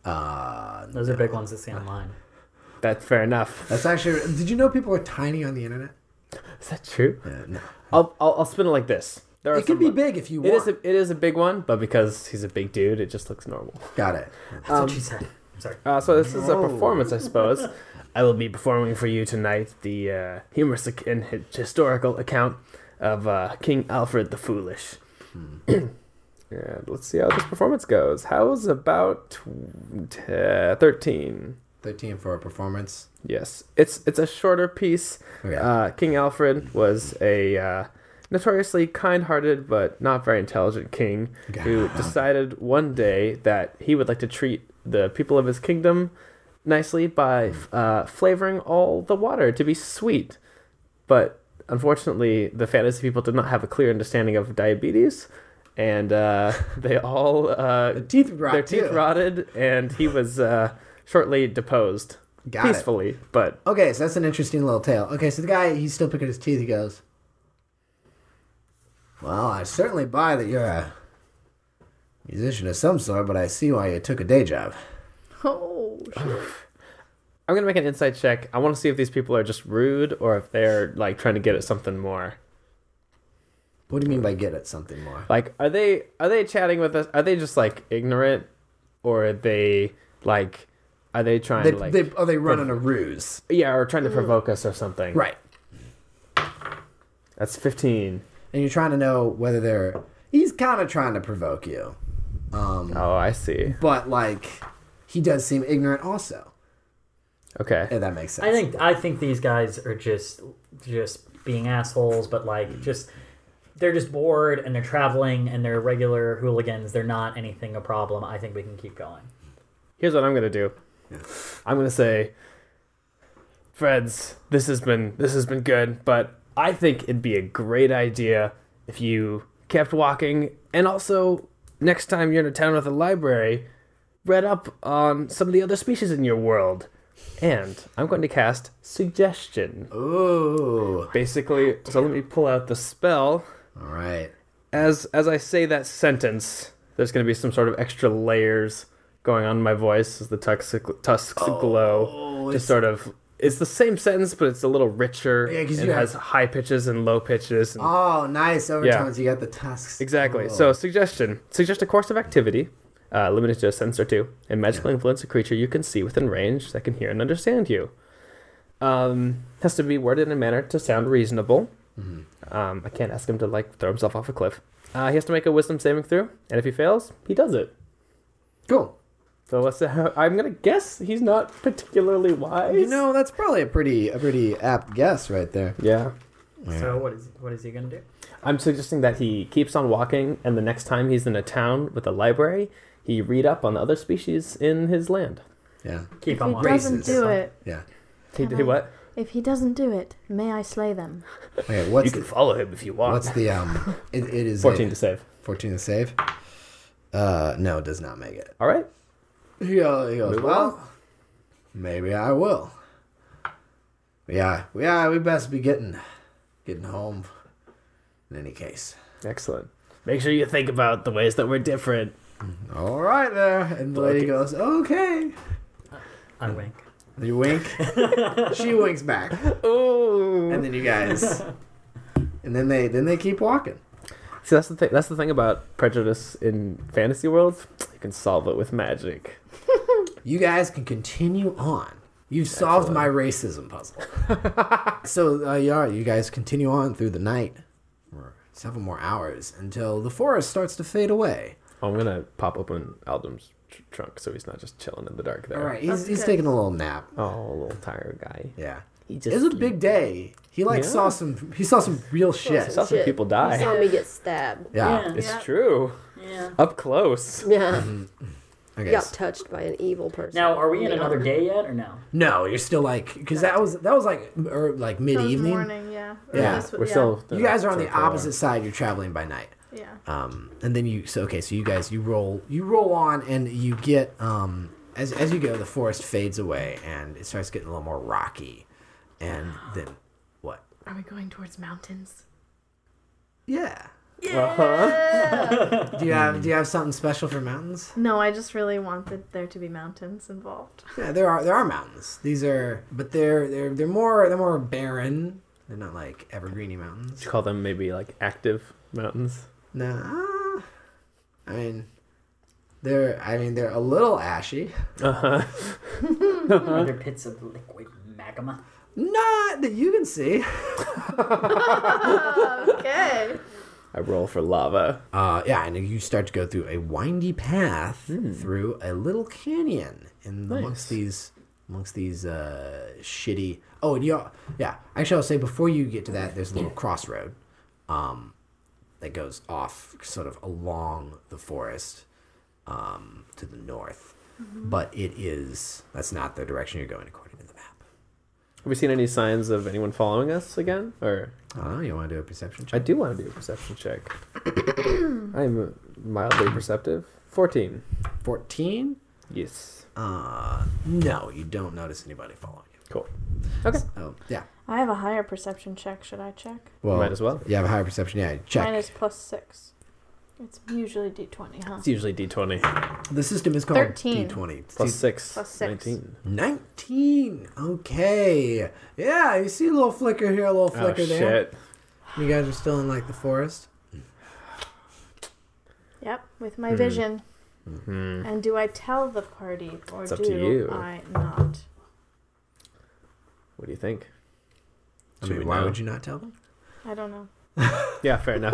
[SPEAKER 2] Uh
[SPEAKER 3] Those are big ones that see
[SPEAKER 5] Um,
[SPEAKER 3] online.
[SPEAKER 4] That's fair enough.
[SPEAKER 2] that's actually did you know people are tiny on the internet?
[SPEAKER 4] Is that true?
[SPEAKER 2] Yeah, no.
[SPEAKER 4] I'll I'll, I'll spin it like this. There are
[SPEAKER 2] It could be
[SPEAKER 4] some-
[SPEAKER 2] big if you
[SPEAKER 4] It
[SPEAKER 2] want.
[SPEAKER 4] is a, it is a big one, but because he's a big dude, it just looks normal.
[SPEAKER 2] Got it.
[SPEAKER 3] That's what she said. Sorry.
[SPEAKER 4] Uh, so this is a performance, I suppose. I will be performing for you tonight the uh, humorous ac- and hi- historical account of uh, King Alfred the Foolish. and let's see how this performance goes. How's about tw- t- uh, thirteen?
[SPEAKER 2] 13 for a performance.
[SPEAKER 4] Yes, it's it's a shorter piece.
[SPEAKER 2] Okay.
[SPEAKER 4] Uh, king Alfred was a uh, notoriously kind-hearted but not very intelligent king who decided one day that he would like to treat the people of his kingdom nicely by
[SPEAKER 2] Hmm.
[SPEAKER 4] uh, flavoring all the water to be sweet. But unfortunately, the fantasy people did not have a clear understanding of diabetes, and uh, they all uh,
[SPEAKER 2] The teeth rot
[SPEAKER 4] their teeth
[SPEAKER 2] too.
[SPEAKER 4] rotted, and he was uh, shortly deposed
[SPEAKER 2] Got it.
[SPEAKER 4] peacefully. But
[SPEAKER 2] Okay, so that's an interesting little tale. Okay, so the guy, he's still picking his teeth. He goes, Well, I certainly buy that you're a musician of some sort, but I see why you took a day job.
[SPEAKER 5] Oh, shit.
[SPEAKER 4] I'm gonna make an insight check. I want to see if these people are just rude or if they're like trying to get at something more.
[SPEAKER 2] What do you mean by get at something more?
[SPEAKER 4] Like, are they are they chatting with us? Are they just like ignorant, or are they like are they trying
[SPEAKER 2] They,
[SPEAKER 4] to like Mm.
[SPEAKER 2] they, are they running a ruse?
[SPEAKER 4] yeah or trying to provoke us or something?
[SPEAKER 2] Right.
[SPEAKER 4] That's 15.
[SPEAKER 2] And you're trying to know whether they're. He's kind of trying to provoke you. Um,
[SPEAKER 4] Oh, I see.
[SPEAKER 2] But, like, he does seem ignorant also.
[SPEAKER 4] Okay.
[SPEAKER 2] If that makes sense.
[SPEAKER 3] I think I think these guys are just just being assholes, but like just they're just bored and they're traveling and they're regular hooligans. They're not anything a problem. I think we can keep going.
[SPEAKER 4] Here's what I'm gonna do. I'm gonna say, Freds, this has been this has been good, but I think it'd be a great idea if you kept walking, and also next time you're in a town with a library, read up on some of the other species in your world. And I'm going to cast suggestion.
[SPEAKER 2] Ooh.
[SPEAKER 4] Basically, so let me pull out the spell.
[SPEAKER 2] All right.
[SPEAKER 4] As as I say that sentence, there's going to be some sort of extra layers going on in my voice as the tuxic, tusks
[SPEAKER 2] Oh,
[SPEAKER 4] glow. Just sort of, it's the same sentence, but it's a little richer.
[SPEAKER 2] Yeah, 'cause
[SPEAKER 4] and
[SPEAKER 2] you
[SPEAKER 4] it
[SPEAKER 2] have-
[SPEAKER 4] has high pitches and low pitches. And
[SPEAKER 2] Oh, nice overtones.
[SPEAKER 4] Yeah.
[SPEAKER 2] You got the tusks.
[SPEAKER 4] Exactly.
[SPEAKER 2] Oh.
[SPEAKER 4] So, suggestion: suggest a course of activity, uh, limited to a sense or two, and magically influence a creature you can see within range that can hear and understand you. Um, has to be worded in a manner to sound reasonable.
[SPEAKER 2] Mm-hmm.
[SPEAKER 4] Um, I can't ask him to like throw himself off a cliff. Uh, he has to make a wisdom saving throw, and if he fails, he does it.
[SPEAKER 2] cool.
[SPEAKER 4] So let's. I'm gonna guess he's not particularly wise.
[SPEAKER 2] You know, that's probably a pretty a pretty apt guess right there.
[SPEAKER 4] Yeah.
[SPEAKER 3] So what is what is he gonna do?
[SPEAKER 4] I'm suggesting that he keeps on walking, and the next time he's in a town with a library, he read up on the other species in his land.
[SPEAKER 2] Yeah.
[SPEAKER 3] Keep on
[SPEAKER 5] If he
[SPEAKER 3] walking.
[SPEAKER 5] doesn't
[SPEAKER 2] Racist.
[SPEAKER 5] do it,
[SPEAKER 2] Yeah.
[SPEAKER 4] He
[SPEAKER 5] Can
[SPEAKER 4] he
[SPEAKER 5] I-
[SPEAKER 4] what?
[SPEAKER 5] if he doesn't do it, may I slay them?
[SPEAKER 2] Okay, what's the,
[SPEAKER 4] follow him if you want.
[SPEAKER 2] what's the um it, it is a-
[SPEAKER 4] 14 to save.
[SPEAKER 2] 14 to save. Uh no, does not make it.
[SPEAKER 4] All right.
[SPEAKER 2] He, go- he goes,
[SPEAKER 4] Move
[SPEAKER 2] Well, maybe I will. Yeah, yeah, we best be getting getting home in any case.
[SPEAKER 4] Excellent. Make sure you think about the ways that we're different.
[SPEAKER 2] All right there. And the lady
[SPEAKER 4] Okay.
[SPEAKER 2] goes, Okay.
[SPEAKER 3] I wink.
[SPEAKER 2] You wink. she winks back.
[SPEAKER 4] Ooh.
[SPEAKER 2] And then you guys And then they then they keep walking.
[SPEAKER 4] See, that's the thing. That's the thing about prejudice in fantasy worlds. You can solve it with magic.
[SPEAKER 2] You guys can continue on. You've solved my racism puzzle. so, uh, yeah, you guys continue on through the night for several more hours until the forest starts to fade away.
[SPEAKER 4] I'm gonna pop open Aldum's tr- trunk so he's not just chilling in the dark there.
[SPEAKER 2] All right, he's,
[SPEAKER 5] That's
[SPEAKER 2] he's
[SPEAKER 5] good.
[SPEAKER 2] taking a little nap.
[SPEAKER 4] Oh, little tired guy.
[SPEAKER 2] Yeah,
[SPEAKER 4] He just
[SPEAKER 2] it was a big day. He like
[SPEAKER 4] Yeah.
[SPEAKER 2] saw some. He saw some real shit.
[SPEAKER 4] saw some
[SPEAKER 6] Oh, Shit.
[SPEAKER 4] people
[SPEAKER 6] You
[SPEAKER 4] die.
[SPEAKER 6] saw me get stabbed.
[SPEAKER 2] Yeah.
[SPEAKER 4] It's
[SPEAKER 3] Yeah.
[SPEAKER 4] true.
[SPEAKER 3] Yeah.
[SPEAKER 4] Up close.
[SPEAKER 6] Yeah.
[SPEAKER 2] Okay.
[SPEAKER 6] Got touched by an evil person.
[SPEAKER 3] Now, are we in
[SPEAKER 6] Yeah.
[SPEAKER 3] another day yet or no?
[SPEAKER 2] No, you're still like because that was that was like m- or like mid
[SPEAKER 5] That was
[SPEAKER 2] evening.
[SPEAKER 5] Morning, yeah. Or
[SPEAKER 2] Yeah,
[SPEAKER 5] this was-
[SPEAKER 4] We're
[SPEAKER 5] yeah,
[SPEAKER 4] still.
[SPEAKER 2] You guys are on
[SPEAKER 4] still
[SPEAKER 2] the
[SPEAKER 4] far.
[SPEAKER 2] opposite side. You're traveling by night.
[SPEAKER 5] Yeah.
[SPEAKER 2] um, and then you so okay so you guys you roll you roll on and you get um, as as you go the forest fades away and it starts getting a little more rocky and then what
[SPEAKER 5] Are we going towards mountains?
[SPEAKER 2] yeah
[SPEAKER 4] Uh-huh.
[SPEAKER 2] do you have do you have something special for mountains
[SPEAKER 5] No, I just really wanted there to be mountains involved.
[SPEAKER 2] yeah there are there are mountains these are but they're they're they're more they're more barren they're not like evergreeny mountains
[SPEAKER 4] Would you call them maybe like active mountains?
[SPEAKER 2] nah I mean they're I mean they're a little ashy
[SPEAKER 3] Are there pits of liquid magma?
[SPEAKER 2] not that you can see
[SPEAKER 5] okay.
[SPEAKER 4] I roll for lava.
[SPEAKER 2] Uh, yeah, and you start to go through a windy path through a little canyon in amongst these amongst these uh, shitty. Oh, and you yeah. Actually, I'll say before you get to that, there's a little crossroad, um, that goes off sort of along the forest, um, to the north. But it is that's not the direction you're going according to the map.
[SPEAKER 4] Have we seen any signs of anyone following us again? Or
[SPEAKER 2] I don't know. Oh, You want to do a perception
[SPEAKER 4] I
[SPEAKER 2] check?
[SPEAKER 4] do want to do a perception check. I'm mildly perceptive. Fourteen.
[SPEAKER 2] Fourteen.
[SPEAKER 4] Yes.
[SPEAKER 2] Uh, no, you don't notice anybody following you.
[SPEAKER 4] Cool. Okay.
[SPEAKER 2] Oh, yeah.
[SPEAKER 5] I have a higher perception check. Should I check?
[SPEAKER 2] Well,
[SPEAKER 4] Might as well.
[SPEAKER 2] You have a higher perception. Yeah, check.
[SPEAKER 5] Mine is plus six. It's usually d20, huh?
[SPEAKER 4] It's usually D twenty
[SPEAKER 2] The system is called
[SPEAKER 5] 13.
[SPEAKER 2] D20.
[SPEAKER 4] plus six.
[SPEAKER 5] Plus six.
[SPEAKER 4] 19.
[SPEAKER 2] 19. Okay. Yeah, you see a little flicker here, a little
[SPEAKER 4] Oh
[SPEAKER 2] flicker there.
[SPEAKER 4] shit!
[SPEAKER 2] You guys are still in like the forest.
[SPEAKER 5] Yep, with
[SPEAKER 4] Hmm.
[SPEAKER 5] my vision. And do I tell the party or
[SPEAKER 4] Mm-hmm. It's up
[SPEAKER 5] do
[SPEAKER 4] to you.
[SPEAKER 5] I not?
[SPEAKER 4] What do you think?
[SPEAKER 2] I
[SPEAKER 4] Should
[SPEAKER 2] mean,
[SPEAKER 4] we
[SPEAKER 2] why
[SPEAKER 4] know?
[SPEAKER 2] would you not tell them?
[SPEAKER 5] I don't know.
[SPEAKER 4] Yeah, fair enough.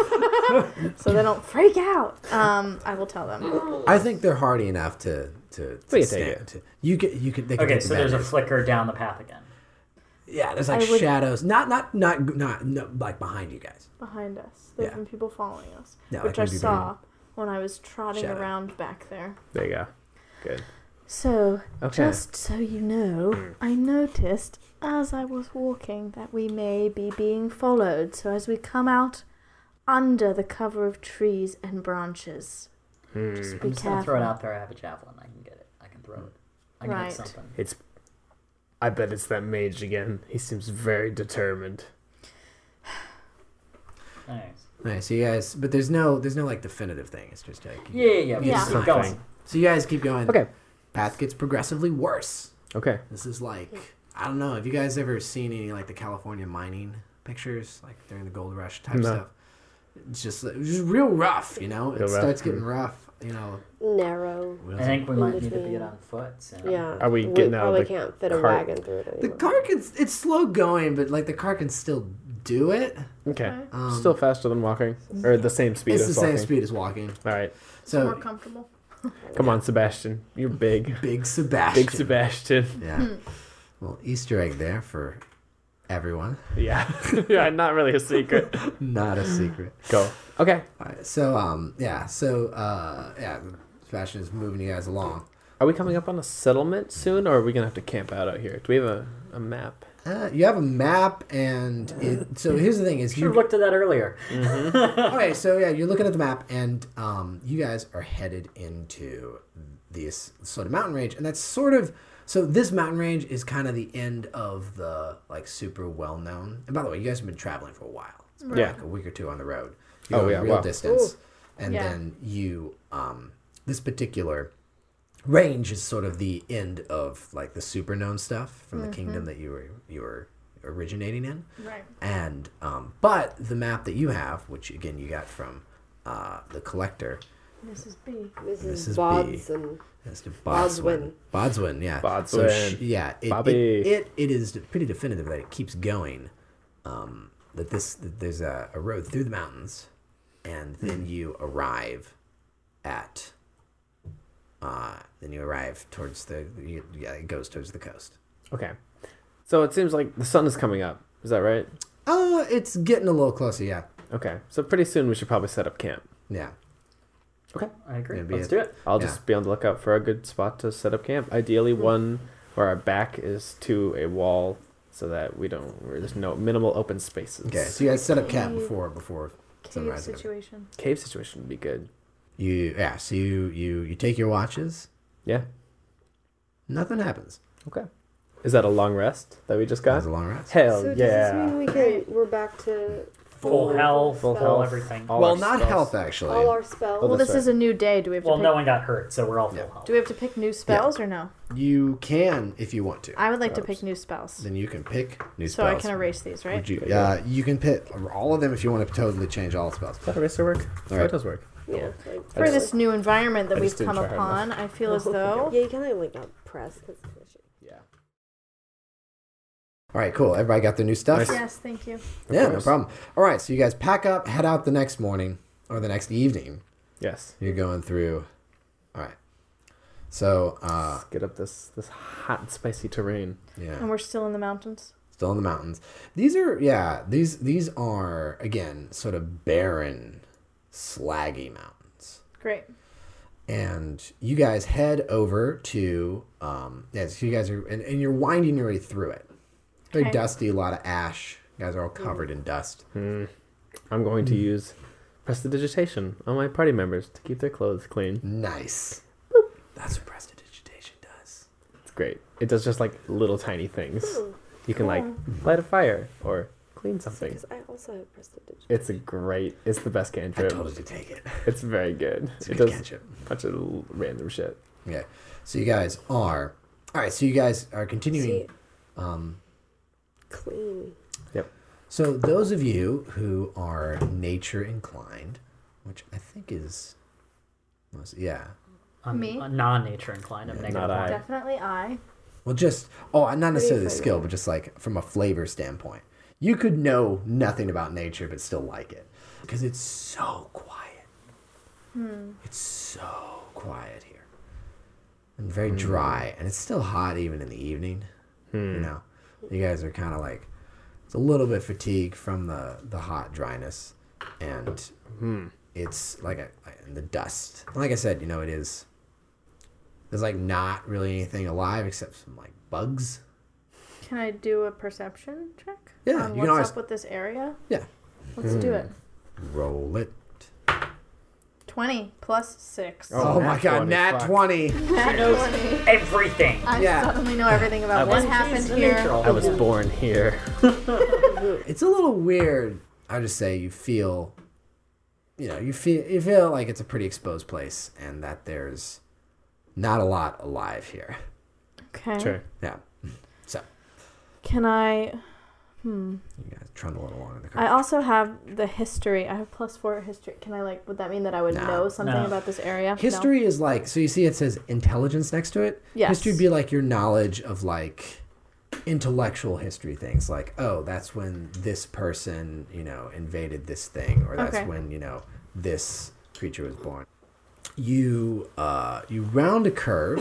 [SPEAKER 5] So they don't freak out. Um, I will tell them.
[SPEAKER 2] I think they're hardy enough to to, to
[SPEAKER 4] We can take
[SPEAKER 2] stand.
[SPEAKER 4] it.
[SPEAKER 2] to- you can you can they can
[SPEAKER 3] Okay,
[SPEAKER 2] take
[SPEAKER 3] so there's a
[SPEAKER 2] advantage.
[SPEAKER 3] flicker down the path again.
[SPEAKER 2] Yeah, there's like
[SPEAKER 5] I would-
[SPEAKER 2] shadows. Not not not not no, like behind you guys.
[SPEAKER 5] behind us. There have
[SPEAKER 2] Yeah.
[SPEAKER 5] been people following us,
[SPEAKER 2] Yeah,
[SPEAKER 5] which
[SPEAKER 2] like
[SPEAKER 5] I
[SPEAKER 2] maybe
[SPEAKER 5] saw when I was trotting
[SPEAKER 2] Shadow.
[SPEAKER 5] around back there.
[SPEAKER 4] There you go. Good.
[SPEAKER 5] So,
[SPEAKER 4] Okay. Hmm.
[SPEAKER 5] just so you know, I noticed as I was walking that we may be being followed. So, as we come out under the cover of trees and branches, just be
[SPEAKER 3] I'm just gonna
[SPEAKER 5] careful.
[SPEAKER 3] throw it out there. I have a javelin. I can get it. I can throw it. I can
[SPEAKER 5] Right.
[SPEAKER 3] hit something.
[SPEAKER 4] It's. I bet it's that mage again. He seems very determined.
[SPEAKER 3] Nice.
[SPEAKER 2] Alright, so you guys, but there's no there's no like definitive thing. It's just like
[SPEAKER 3] Yeah, yeah, yeah. We
[SPEAKER 5] Yeah.
[SPEAKER 3] just keep
[SPEAKER 4] Fine.
[SPEAKER 3] going.
[SPEAKER 2] So you guys keep going.
[SPEAKER 4] Okay.
[SPEAKER 2] Path gets progressively worse.
[SPEAKER 4] Okay.
[SPEAKER 2] This is like I don't know. Have you guys ever seen any like the California mining pictures, like during the gold rush type
[SPEAKER 4] No.
[SPEAKER 2] stuff? It's just it's just real rough, you know. It
[SPEAKER 4] Real rough,
[SPEAKER 2] starts getting rough, you know.
[SPEAKER 6] Narrow.
[SPEAKER 3] I think we
[SPEAKER 6] In
[SPEAKER 3] might need to be
[SPEAKER 6] between.
[SPEAKER 3] it on foot soon.
[SPEAKER 6] Yeah.
[SPEAKER 4] Are we getting out of
[SPEAKER 6] probably
[SPEAKER 4] the
[SPEAKER 6] can't fit a
[SPEAKER 4] cart?
[SPEAKER 6] wagon through it
[SPEAKER 2] The
[SPEAKER 6] anymore.
[SPEAKER 2] car can it's slow going, but like the car can still do it.
[SPEAKER 4] Okay.
[SPEAKER 5] Okay.
[SPEAKER 2] Um,
[SPEAKER 4] Still faster than walking, or the same speed
[SPEAKER 2] it's
[SPEAKER 4] as
[SPEAKER 2] the
[SPEAKER 4] walking.
[SPEAKER 2] same speed as walking.
[SPEAKER 4] All right.
[SPEAKER 5] more
[SPEAKER 2] So
[SPEAKER 5] comfortable.
[SPEAKER 4] Come on, Sebastian. You're big.
[SPEAKER 2] big Sebastian.
[SPEAKER 4] Big Sebastian.
[SPEAKER 2] Yeah. well, Easter egg there for everyone.
[SPEAKER 4] Yeah. yeah. Not really a secret.
[SPEAKER 2] Not a secret.
[SPEAKER 4] Go. Okay.
[SPEAKER 2] Alright, so um yeah, so uh yeah, Sebastian is moving you guys along.
[SPEAKER 4] Are we coming up on a settlement soon, or are we gonna have to camp out out here? Do we have a, a map?
[SPEAKER 2] Uh, you have a map, and it, so here's the thing: is
[SPEAKER 3] Should have
[SPEAKER 2] you
[SPEAKER 3] looked at that earlier.
[SPEAKER 2] okay? So yeah, you're looking at the map, and um, you guys are headed into this sort of mountain range, and that's sort of so. This mountain range is kind of the end of the like super well known. And by the way, you guys have been traveling for a while. It's been
[SPEAKER 4] Yeah.
[SPEAKER 2] like a week or two on the road.
[SPEAKER 4] Oh,
[SPEAKER 2] go a
[SPEAKER 4] yeah,
[SPEAKER 2] real
[SPEAKER 4] wow.
[SPEAKER 2] distance,
[SPEAKER 6] Ooh.
[SPEAKER 2] and
[SPEAKER 5] Yeah.
[SPEAKER 2] then you um, this particular range is sort of the end of like the super known stuff from the kingdom that you were you were originating in
[SPEAKER 5] Right.
[SPEAKER 2] and um, but the map that you have which again you got from uh, the collector
[SPEAKER 5] Mrs. B.
[SPEAKER 6] This is
[SPEAKER 2] Mrs. B.
[SPEAKER 6] Bob's and
[SPEAKER 2] as to Bodswin. Bodswin, yeah.
[SPEAKER 4] Bodswin.
[SPEAKER 2] sh- yeah, it,
[SPEAKER 4] Bobby.
[SPEAKER 2] It, it it is pretty definitive that it keeps going. Um, that this that there's a, a road through the mountains, and then you arrive at. Uh, then you arrive towards the you, yeah it goes towards the coast.
[SPEAKER 4] Okay. So it seems like the sun is coming up. Is that right?
[SPEAKER 2] Uh, it's getting a little closer. Yeah,
[SPEAKER 4] Okay. So pretty soon we should probably set up camp.
[SPEAKER 2] yeah.
[SPEAKER 4] Okay.
[SPEAKER 3] I agree.
[SPEAKER 2] Maybe
[SPEAKER 3] Let's
[SPEAKER 2] it-
[SPEAKER 3] do it.
[SPEAKER 4] I'll
[SPEAKER 2] Yeah. Hmm.
[SPEAKER 4] just be on the lookout for a good spot to set up camp. Ideally, one where our back is to a wall, so that we don't. Where there's no minimal open spaces.
[SPEAKER 2] Okay, so you guys set up camp
[SPEAKER 5] Cave.
[SPEAKER 2] before before
[SPEAKER 5] Cave
[SPEAKER 2] sunrise.
[SPEAKER 5] situation.
[SPEAKER 4] Cave situation would be good.
[SPEAKER 2] You yeah, so you you you take your watches.
[SPEAKER 4] Yeah.
[SPEAKER 2] Nothing happens.
[SPEAKER 4] Okay. Is that a long rest that we just
[SPEAKER 2] That was a
[SPEAKER 4] got?
[SPEAKER 2] long rest.
[SPEAKER 4] Hell
[SPEAKER 6] So does this mean
[SPEAKER 4] yeah.
[SPEAKER 6] we can we're back to
[SPEAKER 3] Full health,
[SPEAKER 6] Full
[SPEAKER 3] full,
[SPEAKER 6] health.
[SPEAKER 3] everything.
[SPEAKER 4] All
[SPEAKER 2] Well,
[SPEAKER 4] our
[SPEAKER 2] not
[SPEAKER 4] spells.
[SPEAKER 2] health actually.
[SPEAKER 6] all our spells?
[SPEAKER 4] Oh,
[SPEAKER 5] Well,
[SPEAKER 4] that's
[SPEAKER 5] this is a new day. Do we have to
[SPEAKER 3] Well,
[SPEAKER 5] pick,
[SPEAKER 3] no one got hurt, so we're all full
[SPEAKER 2] Yeah.
[SPEAKER 3] health.
[SPEAKER 5] do we have to pick new spells or no?
[SPEAKER 2] You can if you want to.
[SPEAKER 5] I would like to pick new spells.
[SPEAKER 2] Then you can pick new
[SPEAKER 5] So I
[SPEAKER 2] spells.
[SPEAKER 5] can erase these, right?
[SPEAKER 2] Would you, uh, you can pick all of them if you want to totally change all spells.
[SPEAKER 4] Does that eraser work? Oh,
[SPEAKER 2] right.
[SPEAKER 4] it does work.
[SPEAKER 6] yeah, like-
[SPEAKER 5] For this new environment that
[SPEAKER 4] I
[SPEAKER 5] we've
[SPEAKER 4] just didn't
[SPEAKER 5] come
[SPEAKER 4] try hard
[SPEAKER 5] upon, I feel as though
[SPEAKER 6] yeah, you can only like press because
[SPEAKER 4] Yeah.
[SPEAKER 2] All right, cool. Everybody got their new stuff.
[SPEAKER 4] Nice.
[SPEAKER 5] Yes, thank you.
[SPEAKER 2] Yeah, no
[SPEAKER 4] course.
[SPEAKER 2] problem. All right, so you guys pack up, head out the next morning or the next evening.
[SPEAKER 4] Yes.
[SPEAKER 2] You're going through. All right. So uh,
[SPEAKER 4] Let's get up this this hot and spicy terrain.
[SPEAKER 2] yeah.
[SPEAKER 5] And we're still in the mountains.
[SPEAKER 2] still in the mountains. These are yeah, these these are again sort of barren, slaggy mountains.
[SPEAKER 5] Great.
[SPEAKER 2] And you guys head over to um yeah, so you guys are and, and you're winding your way through it. Very
[SPEAKER 5] Okay.
[SPEAKER 2] dusty, a lot of ash. You guys are all covered in dust.
[SPEAKER 4] Hmm. I'm going to use prestidigitation on my party members to keep their clothes clean.
[SPEAKER 2] Nice. That's what prestidigitation does.
[SPEAKER 4] It's great. It does just like little tiny things. You can like light a fire or clean something.
[SPEAKER 6] because I also have prestidigitation.
[SPEAKER 4] It's a great. It's the best
[SPEAKER 2] I
[SPEAKER 4] cantrip.
[SPEAKER 2] told you to take it.
[SPEAKER 4] It's very good.
[SPEAKER 2] It's a
[SPEAKER 4] It
[SPEAKER 2] good
[SPEAKER 4] does
[SPEAKER 2] cantrip.
[SPEAKER 4] a bunch of l- random shit.
[SPEAKER 2] Okay. So you guys are all right. So you guys are continuing. um,
[SPEAKER 6] See, clean.
[SPEAKER 4] Yep.
[SPEAKER 2] So those of you who are nature inclined, which I think is most yeah.
[SPEAKER 3] I'm
[SPEAKER 5] Me?
[SPEAKER 3] a non-nature inclined. I'm negative
[SPEAKER 4] not
[SPEAKER 3] one.
[SPEAKER 4] I.
[SPEAKER 5] Definitely I.
[SPEAKER 2] Well just oh not necessarily the
[SPEAKER 6] flavor?
[SPEAKER 2] skill, but just like from a flavor standpoint. You could know nothing about nature but still like it. Because it's so quiet. It's so quiet here. And very dry. And it's still hot even in the evening. You know. You guys are kind of like it's a little bit fatigued from the the hot dryness, and it's like a, and the dust. Like I said, you know, it is. There's like not really anything alive except some like bugs.
[SPEAKER 5] Can I do a perception check?
[SPEAKER 2] Yeah,
[SPEAKER 5] On
[SPEAKER 2] you
[SPEAKER 5] what's
[SPEAKER 2] can always-
[SPEAKER 5] up with this area?
[SPEAKER 2] Yeah.
[SPEAKER 5] Let's do it.
[SPEAKER 2] Roll it.
[SPEAKER 5] 20 plus 6.
[SPEAKER 2] Oh, my
[SPEAKER 4] nat
[SPEAKER 2] god,
[SPEAKER 4] 20,
[SPEAKER 2] nat
[SPEAKER 4] fuck.
[SPEAKER 2] twenty.
[SPEAKER 3] She knows everything.
[SPEAKER 5] I
[SPEAKER 2] Yeah.
[SPEAKER 5] suddenly know everything about
[SPEAKER 4] I
[SPEAKER 5] what
[SPEAKER 4] was-
[SPEAKER 5] happened
[SPEAKER 3] She's a
[SPEAKER 5] here.
[SPEAKER 3] neutral.
[SPEAKER 4] I was born here.
[SPEAKER 2] It's a little weird. I just say you feel, you know, you feel you feel like it's a pretty exposed place, and that there's not a lot alive here.
[SPEAKER 5] Okay.
[SPEAKER 4] Sure.
[SPEAKER 2] Yeah. So
[SPEAKER 5] Can I. Hmm.
[SPEAKER 2] you guys trundle it along in the
[SPEAKER 5] I
[SPEAKER 2] car.
[SPEAKER 5] also have the history. I have plus 4 history. Can I, like, would that mean that I would
[SPEAKER 2] No.
[SPEAKER 5] know something
[SPEAKER 3] No.
[SPEAKER 5] about this area? No.
[SPEAKER 2] History is like so. You see, it says intelligence next to it.
[SPEAKER 5] Yes.
[SPEAKER 2] History would be like your knowledge of like intellectual history things like oh that's when this person you know invaded this thing or that's
[SPEAKER 5] Okay.
[SPEAKER 2] when you know this creature was born you uh you round a curve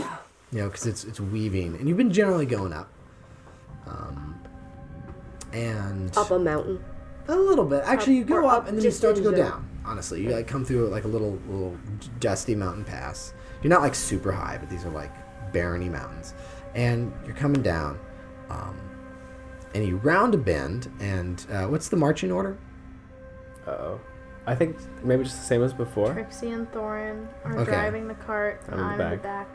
[SPEAKER 2] you know because it's it's weaving and you've been generally going up um and
[SPEAKER 6] Up a mountain.
[SPEAKER 2] a little bit. Actually, you
[SPEAKER 6] or
[SPEAKER 2] go up,
[SPEAKER 6] up
[SPEAKER 2] and then you
[SPEAKER 6] just
[SPEAKER 2] start to
[SPEAKER 6] in
[SPEAKER 2] go
[SPEAKER 6] general.
[SPEAKER 2] down. Honestly, you like come through like a little little dusty mountain pass. You're not like super high, but these are like barreny mountains, and you're coming down, um, and you round a bend. And uh, what's the marching order?
[SPEAKER 4] Uh oh. I think maybe just the same as before.
[SPEAKER 5] Trixie and Thorin are
[SPEAKER 2] Okay.
[SPEAKER 5] driving the cart.
[SPEAKER 4] I'm
[SPEAKER 5] I'm,
[SPEAKER 4] in the
[SPEAKER 5] in the back.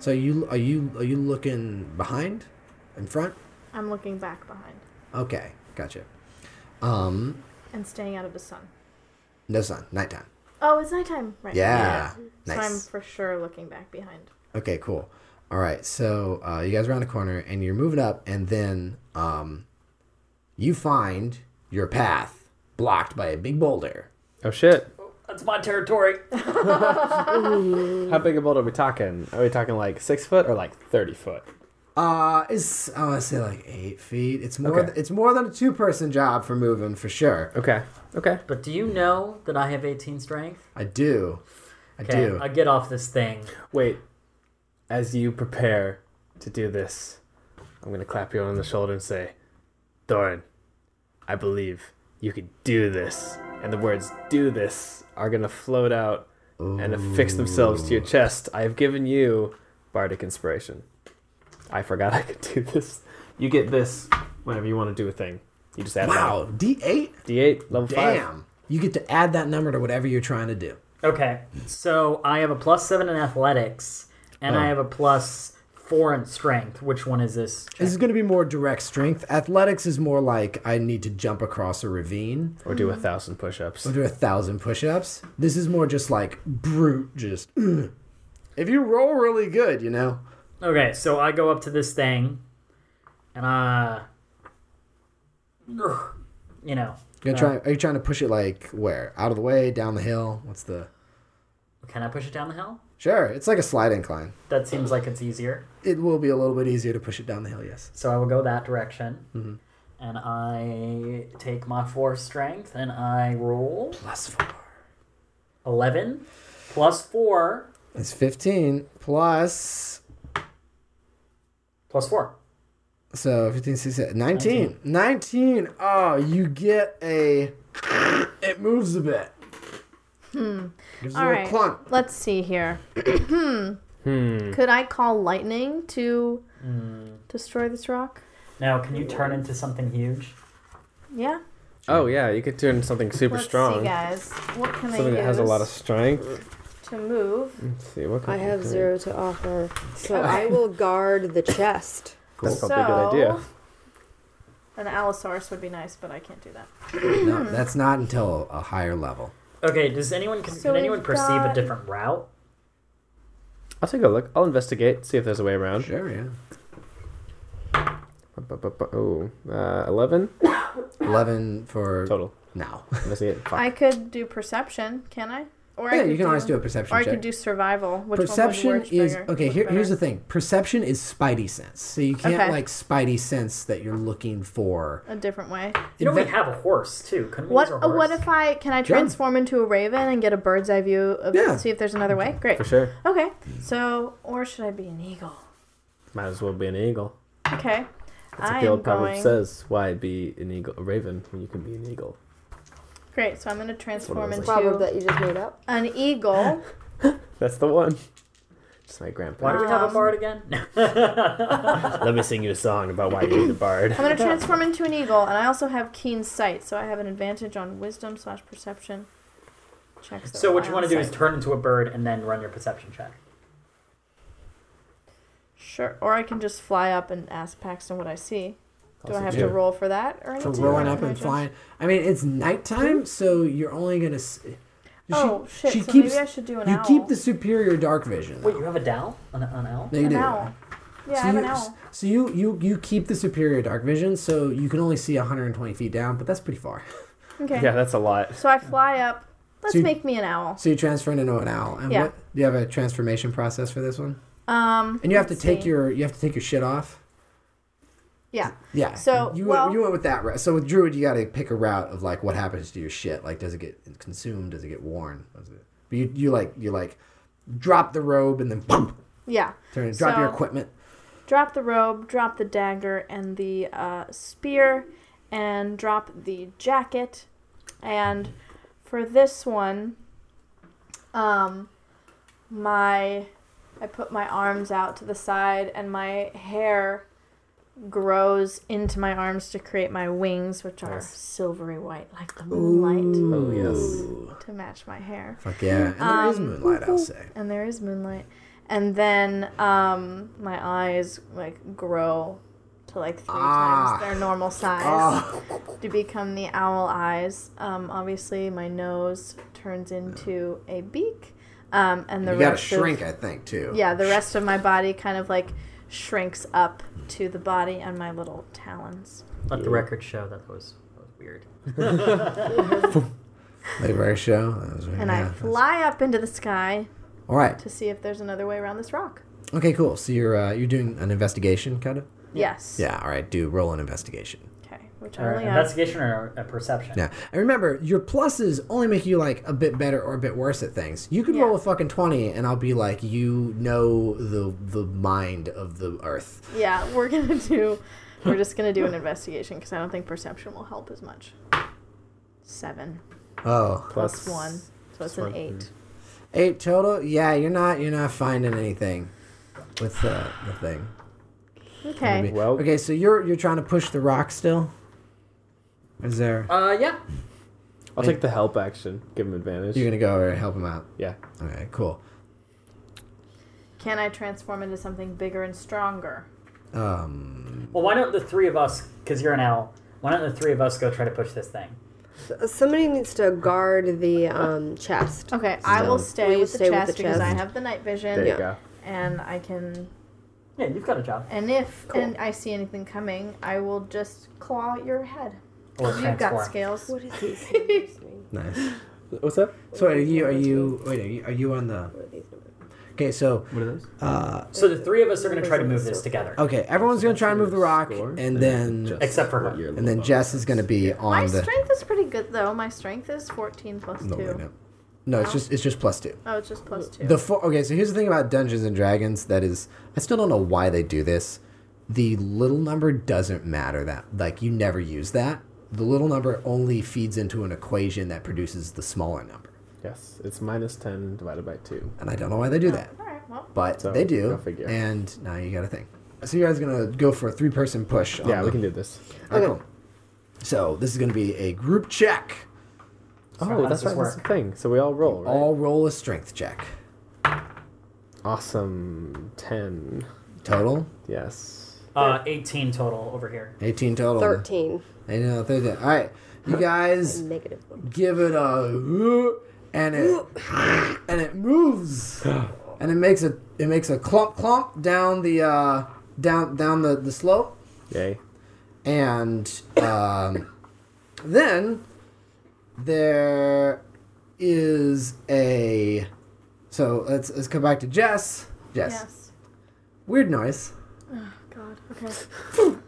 [SPEAKER 2] So you are you are you looking behind, in front?
[SPEAKER 5] I'm looking back behind
[SPEAKER 2] Okay, gotcha. Um,
[SPEAKER 5] and staying out of the sun.
[SPEAKER 2] no sun, nighttime.
[SPEAKER 5] Oh, it's nighttime. Right.
[SPEAKER 2] Yeah,
[SPEAKER 5] So
[SPEAKER 2] nice.
[SPEAKER 5] I'm for sure looking back behind.
[SPEAKER 2] Okay, cool. All right, so uh, you guys round a corner and you're moving up, and then um, you find your path blocked by a big boulder.
[SPEAKER 4] Oh shit.
[SPEAKER 3] That's my territory.
[SPEAKER 4] How big a boulder are we talking? Are we talking like six foot or like thirty foot?
[SPEAKER 2] Uh, it's I want to say like eight feet. It's more.
[SPEAKER 4] Okay.
[SPEAKER 2] th- it's more than a two-person job for moving for sure.
[SPEAKER 4] Okay. Okay.
[SPEAKER 3] But do you know that I have 18 strength?
[SPEAKER 2] I do. I
[SPEAKER 3] Okay,
[SPEAKER 2] do.
[SPEAKER 3] I get off this thing.
[SPEAKER 4] Wait. As you prepare to do this, I'm gonna clap you on the shoulder and say, Thorin, I believe you could do this. And the words "do this" are gonna float out and affix themselves to your chest. I have given you bardic inspiration. I forgot I could do this. You get this whenever you want to do a thing. You just add it on.
[SPEAKER 2] wow, D eight.
[SPEAKER 4] D8 level five.
[SPEAKER 2] Damn. You get to add that number to whatever you're trying to do.
[SPEAKER 3] Okay, so I have a plus seven in athletics, and I have a plus four in strength. Which one is this? check?
[SPEAKER 2] This is going to be more direct strength. Athletics is more like I need to jump across a ravine.
[SPEAKER 4] Or do a thousand push-ups.
[SPEAKER 2] I'll do a thousand push-ups. This is more just like brute, just. "Ugh." If you roll really good, you know.
[SPEAKER 3] Okay, so I go up to this thing, and I, Ugh, you know,
[SPEAKER 2] You're try, are you trying to push it like where? Out of the way, down the hill? What's the?
[SPEAKER 3] can I push it down the hill?
[SPEAKER 2] Sure, it's like a slide incline.
[SPEAKER 3] That seems like it's easier.
[SPEAKER 2] It will be a little bit easier to push it down the hill. Yes.
[SPEAKER 3] So I will go that direction, and I take my four strength, and I roll
[SPEAKER 2] Plus four.
[SPEAKER 3] eleven plus four
[SPEAKER 2] It's fifteen plus.
[SPEAKER 3] plus four.
[SPEAKER 2] So 15, 16, 19. 19. Oh, you get a. It moves a bit. Hmm. Gives it a
[SPEAKER 5] All
[SPEAKER 2] little
[SPEAKER 5] right.
[SPEAKER 2] clump.
[SPEAKER 5] Let's see here.
[SPEAKER 4] Hmm.
[SPEAKER 5] Could I call lightning to destroy this rock?
[SPEAKER 3] Now, can you turn into something huge?
[SPEAKER 5] Yeah.
[SPEAKER 4] Oh yeah, you could turn something super
[SPEAKER 5] Let's
[SPEAKER 4] strong.
[SPEAKER 5] see, guys. What can I
[SPEAKER 4] Something
[SPEAKER 5] use
[SPEAKER 4] that has a lot of strength.
[SPEAKER 5] to move?
[SPEAKER 4] Let's see what
[SPEAKER 6] I
[SPEAKER 4] can-
[SPEAKER 6] have
[SPEAKER 4] can-
[SPEAKER 6] zero to offer, so I will guard the chest.
[SPEAKER 4] Cool. That's
[SPEAKER 5] So,
[SPEAKER 4] probably a good idea.
[SPEAKER 5] An Allosaurus would be nice, but I can't do that.
[SPEAKER 2] No, that's not until a higher level.
[SPEAKER 3] Okay, does anyone can,
[SPEAKER 5] So
[SPEAKER 3] can anyone
[SPEAKER 5] we've
[SPEAKER 3] perceive a
[SPEAKER 5] got-
[SPEAKER 3] different route?
[SPEAKER 4] I'll take a look. I'll investigate. See if there's a way around.
[SPEAKER 2] Sure. Yeah.
[SPEAKER 4] Bu- bu- bu- Oh, uh, eleven
[SPEAKER 2] 11 for
[SPEAKER 4] total.
[SPEAKER 2] now.
[SPEAKER 4] Investigate. Fuck.
[SPEAKER 5] I could do perception, can I? Or I
[SPEAKER 2] yeah,
[SPEAKER 5] could
[SPEAKER 2] you can always do a perception
[SPEAKER 5] Or I
[SPEAKER 2] check.
[SPEAKER 5] could do survival. Which
[SPEAKER 2] perception
[SPEAKER 5] one would work
[SPEAKER 2] is
[SPEAKER 5] bigger-
[SPEAKER 2] okay.
[SPEAKER 5] look
[SPEAKER 2] Here, here's the
[SPEAKER 5] better?
[SPEAKER 2] thing: perception is spidey sense. So you can't
[SPEAKER 5] Okay.
[SPEAKER 2] like spidey sense that you're looking for.
[SPEAKER 5] a different way.
[SPEAKER 3] You know, we
[SPEAKER 2] Inve-
[SPEAKER 3] have a horse too. Couldn't we
[SPEAKER 5] What?
[SPEAKER 3] use a
[SPEAKER 5] uh,
[SPEAKER 3] horse?
[SPEAKER 5] What if I can I transform into a raven and get a bird's eye view of
[SPEAKER 2] Yeah.
[SPEAKER 5] see if there's another way? Great.
[SPEAKER 4] For sure.
[SPEAKER 5] Okay. So, or should I be an eagle?
[SPEAKER 4] Might as well be an eagle.
[SPEAKER 5] Okay.
[SPEAKER 4] That's what
[SPEAKER 5] I
[SPEAKER 4] the
[SPEAKER 5] am
[SPEAKER 4] old proverb
[SPEAKER 5] going-
[SPEAKER 4] says. Why be an eagle, a raven when you can be an eagle?
[SPEAKER 5] Great, so I'm going to transform
[SPEAKER 4] those,
[SPEAKER 5] into
[SPEAKER 6] Proverb that you just made up.
[SPEAKER 5] an eagle.
[SPEAKER 4] That's the one. Just my
[SPEAKER 3] Why do
[SPEAKER 4] grandpa.
[SPEAKER 3] we have a
[SPEAKER 5] Um,
[SPEAKER 3] bard again?
[SPEAKER 4] Let me sing you a song about why you're the bard.
[SPEAKER 5] I'm going to transform into an eagle, and I also have keen sight, so I have an advantage on wisdom slash perception checks. that
[SPEAKER 3] so what
[SPEAKER 5] rely
[SPEAKER 3] you want
[SPEAKER 5] on
[SPEAKER 3] to do is
[SPEAKER 5] sight.
[SPEAKER 3] turn into a bird and then run your perception check.
[SPEAKER 5] Sure, or I can just fly up and ask Paxton what I see. Do I
[SPEAKER 4] Also
[SPEAKER 5] have
[SPEAKER 4] true.
[SPEAKER 5] to roll for that or
[SPEAKER 2] For
[SPEAKER 5] anything?
[SPEAKER 2] rolling
[SPEAKER 5] Or
[SPEAKER 2] up
[SPEAKER 5] am I
[SPEAKER 2] and
[SPEAKER 5] just-
[SPEAKER 2] flying. I mean, it's nighttime, so you're only gonna. s- She,
[SPEAKER 5] Hmm? Oh shit! so maybe I should do an
[SPEAKER 2] you
[SPEAKER 5] owl.
[SPEAKER 2] keep the superior dark vision.
[SPEAKER 3] Wait, you have a dowel? An, an owl?
[SPEAKER 2] They
[SPEAKER 5] an
[SPEAKER 2] do.
[SPEAKER 5] owl. Yeah, I
[SPEAKER 2] so
[SPEAKER 5] have
[SPEAKER 2] you,
[SPEAKER 5] an owl.
[SPEAKER 2] So you, you you keep the superior dark vision, so you can only see 120 feet down, but that's pretty far.
[SPEAKER 5] Okay.
[SPEAKER 4] Yeah, that's a lot.
[SPEAKER 5] So I fly up. Let's
[SPEAKER 2] So you-
[SPEAKER 5] make me an owl.
[SPEAKER 2] So you transfer into an owl. And
[SPEAKER 5] Yeah.
[SPEAKER 2] what do you have a transformation process for this one?
[SPEAKER 5] Um.
[SPEAKER 2] And you have to
[SPEAKER 5] let's
[SPEAKER 2] take
[SPEAKER 5] see.
[SPEAKER 2] your you have to take your shit off.
[SPEAKER 5] Yeah.
[SPEAKER 2] Yeah.
[SPEAKER 5] So,
[SPEAKER 2] you
[SPEAKER 5] well-
[SPEAKER 2] went, you went with that route. So with druid, you got to pick a route of like what happens to your shit. Like, does it get consumed? Does it get worn? Does it? But you you like you like drop the robe and then pump
[SPEAKER 5] Yeah.
[SPEAKER 2] turn drop your
[SPEAKER 5] So-
[SPEAKER 2] equipment.
[SPEAKER 5] Drop the robe. Drop the dagger and the uh, spear, and drop the jacket. And for this one, um, my I put my arms out to the side, and my hair grows into my arms to create my wings, which are
[SPEAKER 4] Nice.
[SPEAKER 5] silvery white, like the moonlight.
[SPEAKER 4] Oh, yes.
[SPEAKER 2] Ooh.
[SPEAKER 5] to match my hair.
[SPEAKER 2] Fuck yeah! And there is
[SPEAKER 5] Um,
[SPEAKER 2] moonlight. I'll say.
[SPEAKER 5] And there is moonlight. And then um, my eyes like grow to like three
[SPEAKER 2] Ah.
[SPEAKER 5] times their normal size
[SPEAKER 2] Ah.
[SPEAKER 5] to become the owl eyes. Um, obviously, my nose turns into a beak, um, and the
[SPEAKER 2] you gotta
[SPEAKER 5] rest
[SPEAKER 2] shrink,
[SPEAKER 5] of
[SPEAKER 2] I think, too.
[SPEAKER 5] yeah, the rest of my body kind of like shrinks up to the body and my little talons.
[SPEAKER 3] Let the record show that that was, that was weird.
[SPEAKER 2] Library show. That was
[SPEAKER 5] And
[SPEAKER 2] yeah.
[SPEAKER 5] I fly up into the sky
[SPEAKER 2] All right.
[SPEAKER 5] to see if there's another way around this rock.
[SPEAKER 2] Okay. Cool. So you're uh, you're doing an investigation, kind of.
[SPEAKER 5] Yes.
[SPEAKER 2] Yeah. All right. Do roll an investigation.
[SPEAKER 5] Okay. Which I
[SPEAKER 3] Or
[SPEAKER 5] only have
[SPEAKER 3] investigation or a perception?
[SPEAKER 2] Yeah. And remember, your pluses only make you like a bit better or a bit worse at things. You could roll
[SPEAKER 5] Yeah.
[SPEAKER 2] a fucking twenty, and I'll be like, you know the the mind of the earth.
[SPEAKER 5] Yeah, we're gonna do. We're just gonna do an investigation because I don't think perception will help as much. Seven
[SPEAKER 2] Oh,
[SPEAKER 5] plus one, so it's an eight.
[SPEAKER 2] eight total. Yeah, you're not you're not finding anything with the the thing.
[SPEAKER 5] Okay.
[SPEAKER 4] Well-
[SPEAKER 2] okay. So you're you're trying to push the rock still. Is there?
[SPEAKER 3] Uh, yeah.
[SPEAKER 4] I'll take the help action. Give him advantage.
[SPEAKER 2] You're gonna go over and help him out.
[SPEAKER 4] Yeah.
[SPEAKER 2] Okay. Cool.
[SPEAKER 5] Can I transform into something bigger and stronger?
[SPEAKER 2] Um.
[SPEAKER 3] Well, why don't the three of us, because you're an owl, why don't the three of us go try to push this thing?
[SPEAKER 6] Somebody needs to guard the um, chest.
[SPEAKER 5] Okay, I will
[SPEAKER 4] So-
[SPEAKER 5] stay,
[SPEAKER 6] Will you
[SPEAKER 5] with, the
[SPEAKER 6] stay with
[SPEAKER 5] chest
[SPEAKER 6] the
[SPEAKER 5] because I
[SPEAKER 6] chest?
[SPEAKER 5] have the night vision
[SPEAKER 4] There
[SPEAKER 6] Yeah.
[SPEAKER 4] you go.
[SPEAKER 5] and I can.
[SPEAKER 3] Yeah, you've got a job.
[SPEAKER 5] And if
[SPEAKER 6] Cool.
[SPEAKER 5] and I see anything coming, I will just claw your head.
[SPEAKER 3] Or
[SPEAKER 5] You've got
[SPEAKER 3] transform.
[SPEAKER 5] scales.
[SPEAKER 6] What is these numbers mean?
[SPEAKER 2] Nice.
[SPEAKER 4] What's up?
[SPEAKER 2] So are you are you wait are you, are you on the?
[SPEAKER 6] What are these numbers?
[SPEAKER 2] Okay. So
[SPEAKER 4] What are those?
[SPEAKER 2] uh.
[SPEAKER 3] So the three of us are going to try to move this together.
[SPEAKER 2] Okay, everyone's gonna try and move the rock,
[SPEAKER 4] Score,
[SPEAKER 2] and then
[SPEAKER 3] Except for her.
[SPEAKER 2] and then Jess is gonna be
[SPEAKER 5] My
[SPEAKER 2] on the.
[SPEAKER 5] strength is pretty good though. My strength is fourteen plus
[SPEAKER 2] No, wait,
[SPEAKER 5] two.
[SPEAKER 2] no. no, it's just it's just plus two.
[SPEAKER 5] Oh, it's just plus two.
[SPEAKER 2] The four. Okay, so here's the thing about Dungeons and Dragons that is, I still don't know why they do this. The little number doesn't matter that like you never use that. The little number only feeds into an equation that produces the smaller number,
[SPEAKER 4] Yes, it's minus ten divided by two.
[SPEAKER 2] and I don't know why they do that,
[SPEAKER 5] All right. Well.
[SPEAKER 2] but
[SPEAKER 4] So,
[SPEAKER 2] they
[SPEAKER 4] go
[SPEAKER 2] do.
[SPEAKER 4] figure.
[SPEAKER 2] And now you got to think. So you guys are gonna go for a three-person push. on
[SPEAKER 4] Yeah, we
[SPEAKER 2] the-
[SPEAKER 4] can do this.
[SPEAKER 2] Alright, cool. So this is gonna be a group check.
[SPEAKER 3] how
[SPEAKER 4] Oh,
[SPEAKER 3] does
[SPEAKER 4] that's
[SPEAKER 3] this
[SPEAKER 4] right. That's the
[SPEAKER 3] work?
[SPEAKER 4] thing. So we all roll, right?
[SPEAKER 2] All roll a strength check.
[SPEAKER 4] Awesome. Ten.
[SPEAKER 2] Total?
[SPEAKER 4] Yes.
[SPEAKER 3] Uh, 18 total over here.
[SPEAKER 2] 18 total.
[SPEAKER 6] 13.
[SPEAKER 2] I know, 13. All right. You guys
[SPEAKER 6] Negative one.
[SPEAKER 2] give it a and it and it moves. And it makes a it makes a clump clump down the uh down down the, the slope
[SPEAKER 4] Yay.
[SPEAKER 2] and um then there is a so let's let's come back to Jess. Jess.
[SPEAKER 5] Yes.
[SPEAKER 2] Weird noise.
[SPEAKER 5] Oh, God. Okay.
[SPEAKER 2] The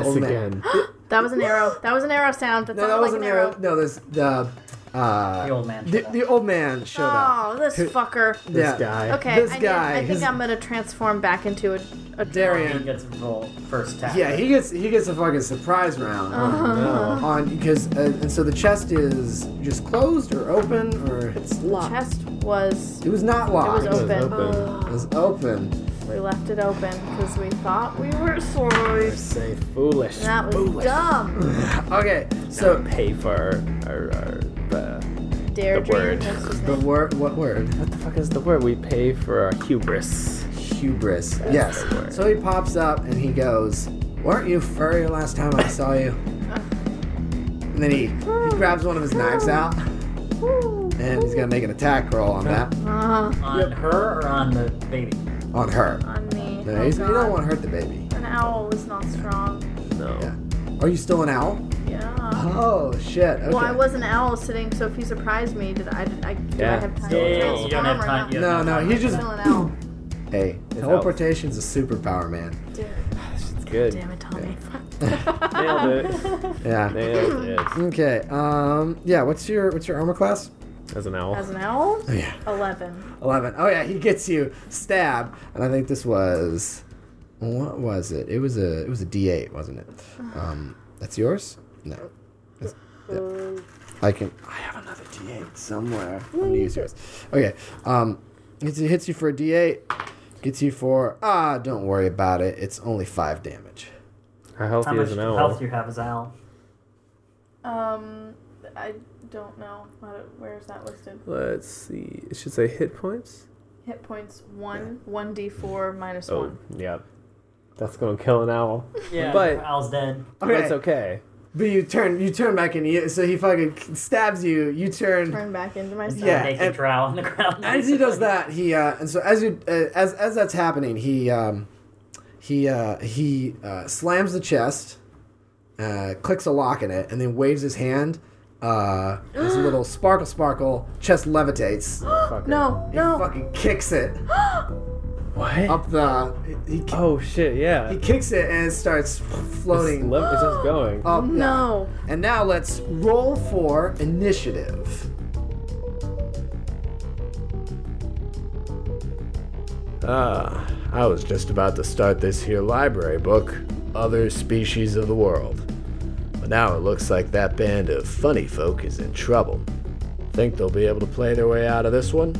[SPEAKER 4] This
[SPEAKER 2] old man-
[SPEAKER 4] again.
[SPEAKER 5] That was an arrow. That was an arrow sound. That
[SPEAKER 2] No, that
[SPEAKER 5] sounded like
[SPEAKER 2] wasn't
[SPEAKER 5] an
[SPEAKER 2] an
[SPEAKER 5] arrow.
[SPEAKER 2] arrow. No, there's the Uh,
[SPEAKER 3] The old man.
[SPEAKER 2] the,
[SPEAKER 3] showed up.
[SPEAKER 2] the old man showed up.
[SPEAKER 5] Oh, this
[SPEAKER 2] Who-
[SPEAKER 5] fucker.
[SPEAKER 4] This
[SPEAKER 2] Yeah.
[SPEAKER 4] guy.
[SPEAKER 5] Okay,
[SPEAKER 2] This
[SPEAKER 5] I, need-
[SPEAKER 2] guy
[SPEAKER 5] I think
[SPEAKER 2] is-
[SPEAKER 5] I'm gonna transform back into a, a
[SPEAKER 2] Darian.
[SPEAKER 3] He gets roll first tap.
[SPEAKER 2] Yeah, he gets he gets a fucking surprise round
[SPEAKER 5] Uh-huh.
[SPEAKER 4] No.
[SPEAKER 2] on because uh, and so the chest is just closed or open or it's
[SPEAKER 5] The
[SPEAKER 2] locked.
[SPEAKER 5] chest was
[SPEAKER 2] It was not locked.
[SPEAKER 5] was
[SPEAKER 4] It was
[SPEAKER 5] Open.
[SPEAKER 4] open.
[SPEAKER 2] It was open.
[SPEAKER 5] we left it open because we thought we were safe.
[SPEAKER 4] Say foolish.
[SPEAKER 5] And that was dumb.
[SPEAKER 2] Okay, so
[SPEAKER 4] Pay for our, our, our the,
[SPEAKER 5] Deirdre.
[SPEAKER 4] word.
[SPEAKER 5] that's his
[SPEAKER 2] the
[SPEAKER 5] name.
[SPEAKER 2] word what word?
[SPEAKER 4] what the fuck is the word? We pay for our hubris.
[SPEAKER 2] Hubris. Yes.
[SPEAKER 4] the word.
[SPEAKER 2] So he pops up and he goes, "Weren't you furry last time I saw you?"
[SPEAKER 5] Uh.
[SPEAKER 2] And then he, he grabs one of his knives out and he's gonna make an attack roll on that
[SPEAKER 5] Ah,
[SPEAKER 3] On her or on the baby?
[SPEAKER 2] on her.
[SPEAKER 5] on me.
[SPEAKER 2] No,
[SPEAKER 5] Oh,
[SPEAKER 2] he's, you don't
[SPEAKER 5] God.
[SPEAKER 2] want to hurt the baby.
[SPEAKER 5] An owl was not strong.
[SPEAKER 4] No.
[SPEAKER 2] Yeah. Are you still an owl?
[SPEAKER 5] Yeah.
[SPEAKER 2] Oh shit. Okay.
[SPEAKER 5] Well, I was an owl sitting. So if he surprised me, did I? Did I? Do
[SPEAKER 4] Yeah,
[SPEAKER 5] I have time
[SPEAKER 4] still
[SPEAKER 5] to
[SPEAKER 4] an
[SPEAKER 3] Yeah,
[SPEAKER 4] owl.
[SPEAKER 5] transform
[SPEAKER 3] you don't have
[SPEAKER 5] or
[SPEAKER 3] time.
[SPEAKER 5] not?
[SPEAKER 3] you
[SPEAKER 2] No,
[SPEAKER 3] don't have
[SPEAKER 2] no,
[SPEAKER 3] time
[SPEAKER 2] he
[SPEAKER 3] for
[SPEAKER 2] just-
[SPEAKER 5] Still an owl.
[SPEAKER 2] Hey, teleportation's a superpower, man.
[SPEAKER 5] Damn
[SPEAKER 4] It's good.
[SPEAKER 5] it, Tommy.
[SPEAKER 4] Nailed it.
[SPEAKER 2] Yeah.
[SPEAKER 4] Nailed it.
[SPEAKER 2] Okay. Um. Yeah. What's your What's your armor class?
[SPEAKER 4] As an owl.
[SPEAKER 5] As an owl,
[SPEAKER 2] yeah.
[SPEAKER 5] eleven.
[SPEAKER 2] Eleven. Oh yeah. He gets you stab, and I think this was what was it? It was a It was a D eight, wasn't it? Um. That's yours? No. It's- yeah. I can. I have another D eight somewhere. I'm gonna use yours. Okay. Um. It hits you for a D eight. Gets you for ah. Don't worry about it. It's only five damage.
[SPEAKER 4] How
[SPEAKER 3] How
[SPEAKER 4] healthy
[SPEAKER 3] much
[SPEAKER 4] is an owl?
[SPEAKER 3] health do you have as owl?
[SPEAKER 5] Um, I don't know. How to- Where is that listed?
[SPEAKER 4] Let's see. It should say hit points.
[SPEAKER 5] Hit points one, one d four minus
[SPEAKER 4] Oh,
[SPEAKER 5] one.
[SPEAKER 4] yeah. That's gonna kill an owl.
[SPEAKER 3] Yeah,
[SPEAKER 4] But-
[SPEAKER 3] owl's dead.
[SPEAKER 4] But it's okay.
[SPEAKER 2] But you turn, you turn back and you, so he fucking stabs you. You turn,
[SPEAKER 5] Turn back into my
[SPEAKER 2] Yeah,
[SPEAKER 3] Naked
[SPEAKER 2] and-
[SPEAKER 3] drow on the ground.
[SPEAKER 2] as he does that, he uh, and so as you uh, as as that's happening, he um, he uh, he uh, slams the chest, uh, clicks a lock in it, and then waves his hand. Uh, this little sparkle, sparkle chest levitates.
[SPEAKER 4] Fucker.
[SPEAKER 5] No,
[SPEAKER 2] He
[SPEAKER 5] no.
[SPEAKER 2] fucking kicks it
[SPEAKER 4] What?
[SPEAKER 2] up the. He, he,
[SPEAKER 4] oh shit! Yeah.
[SPEAKER 2] he kicks it and it starts
[SPEAKER 4] It's,
[SPEAKER 2] floating
[SPEAKER 4] lev- it's just going.
[SPEAKER 2] up.
[SPEAKER 5] No.
[SPEAKER 2] And now let's roll for initiative.
[SPEAKER 1] Ah, I was just about to start this here library book, Other Species of the World. But now it looks like that band of funny folk is in trouble. Think they'll be able to play their way out of this one?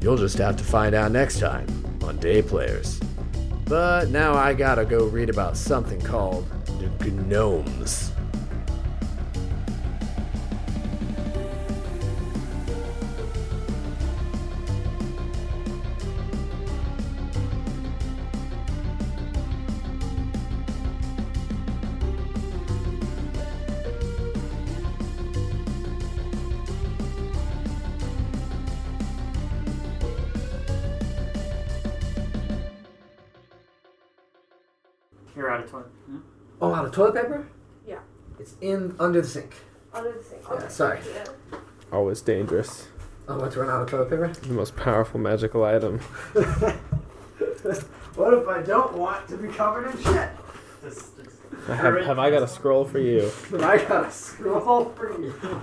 [SPEAKER 1] You'll just have to find out next time on Day Players. But now I gotta go read about something called the Gnomes.
[SPEAKER 3] You're out of Hmm? toilet.
[SPEAKER 2] Oh, out of toilet paper?
[SPEAKER 6] Yeah.
[SPEAKER 2] It's in under the sink. Yeah, sorry.
[SPEAKER 4] Always dangerous.
[SPEAKER 2] I'm about to run out of toilet paper.
[SPEAKER 4] The most powerful magical item.
[SPEAKER 2] What if I don't want to be covered in shit?
[SPEAKER 3] Just- just-
[SPEAKER 4] I have, have I got a scroll for you?
[SPEAKER 2] Then I gotta scroll for you.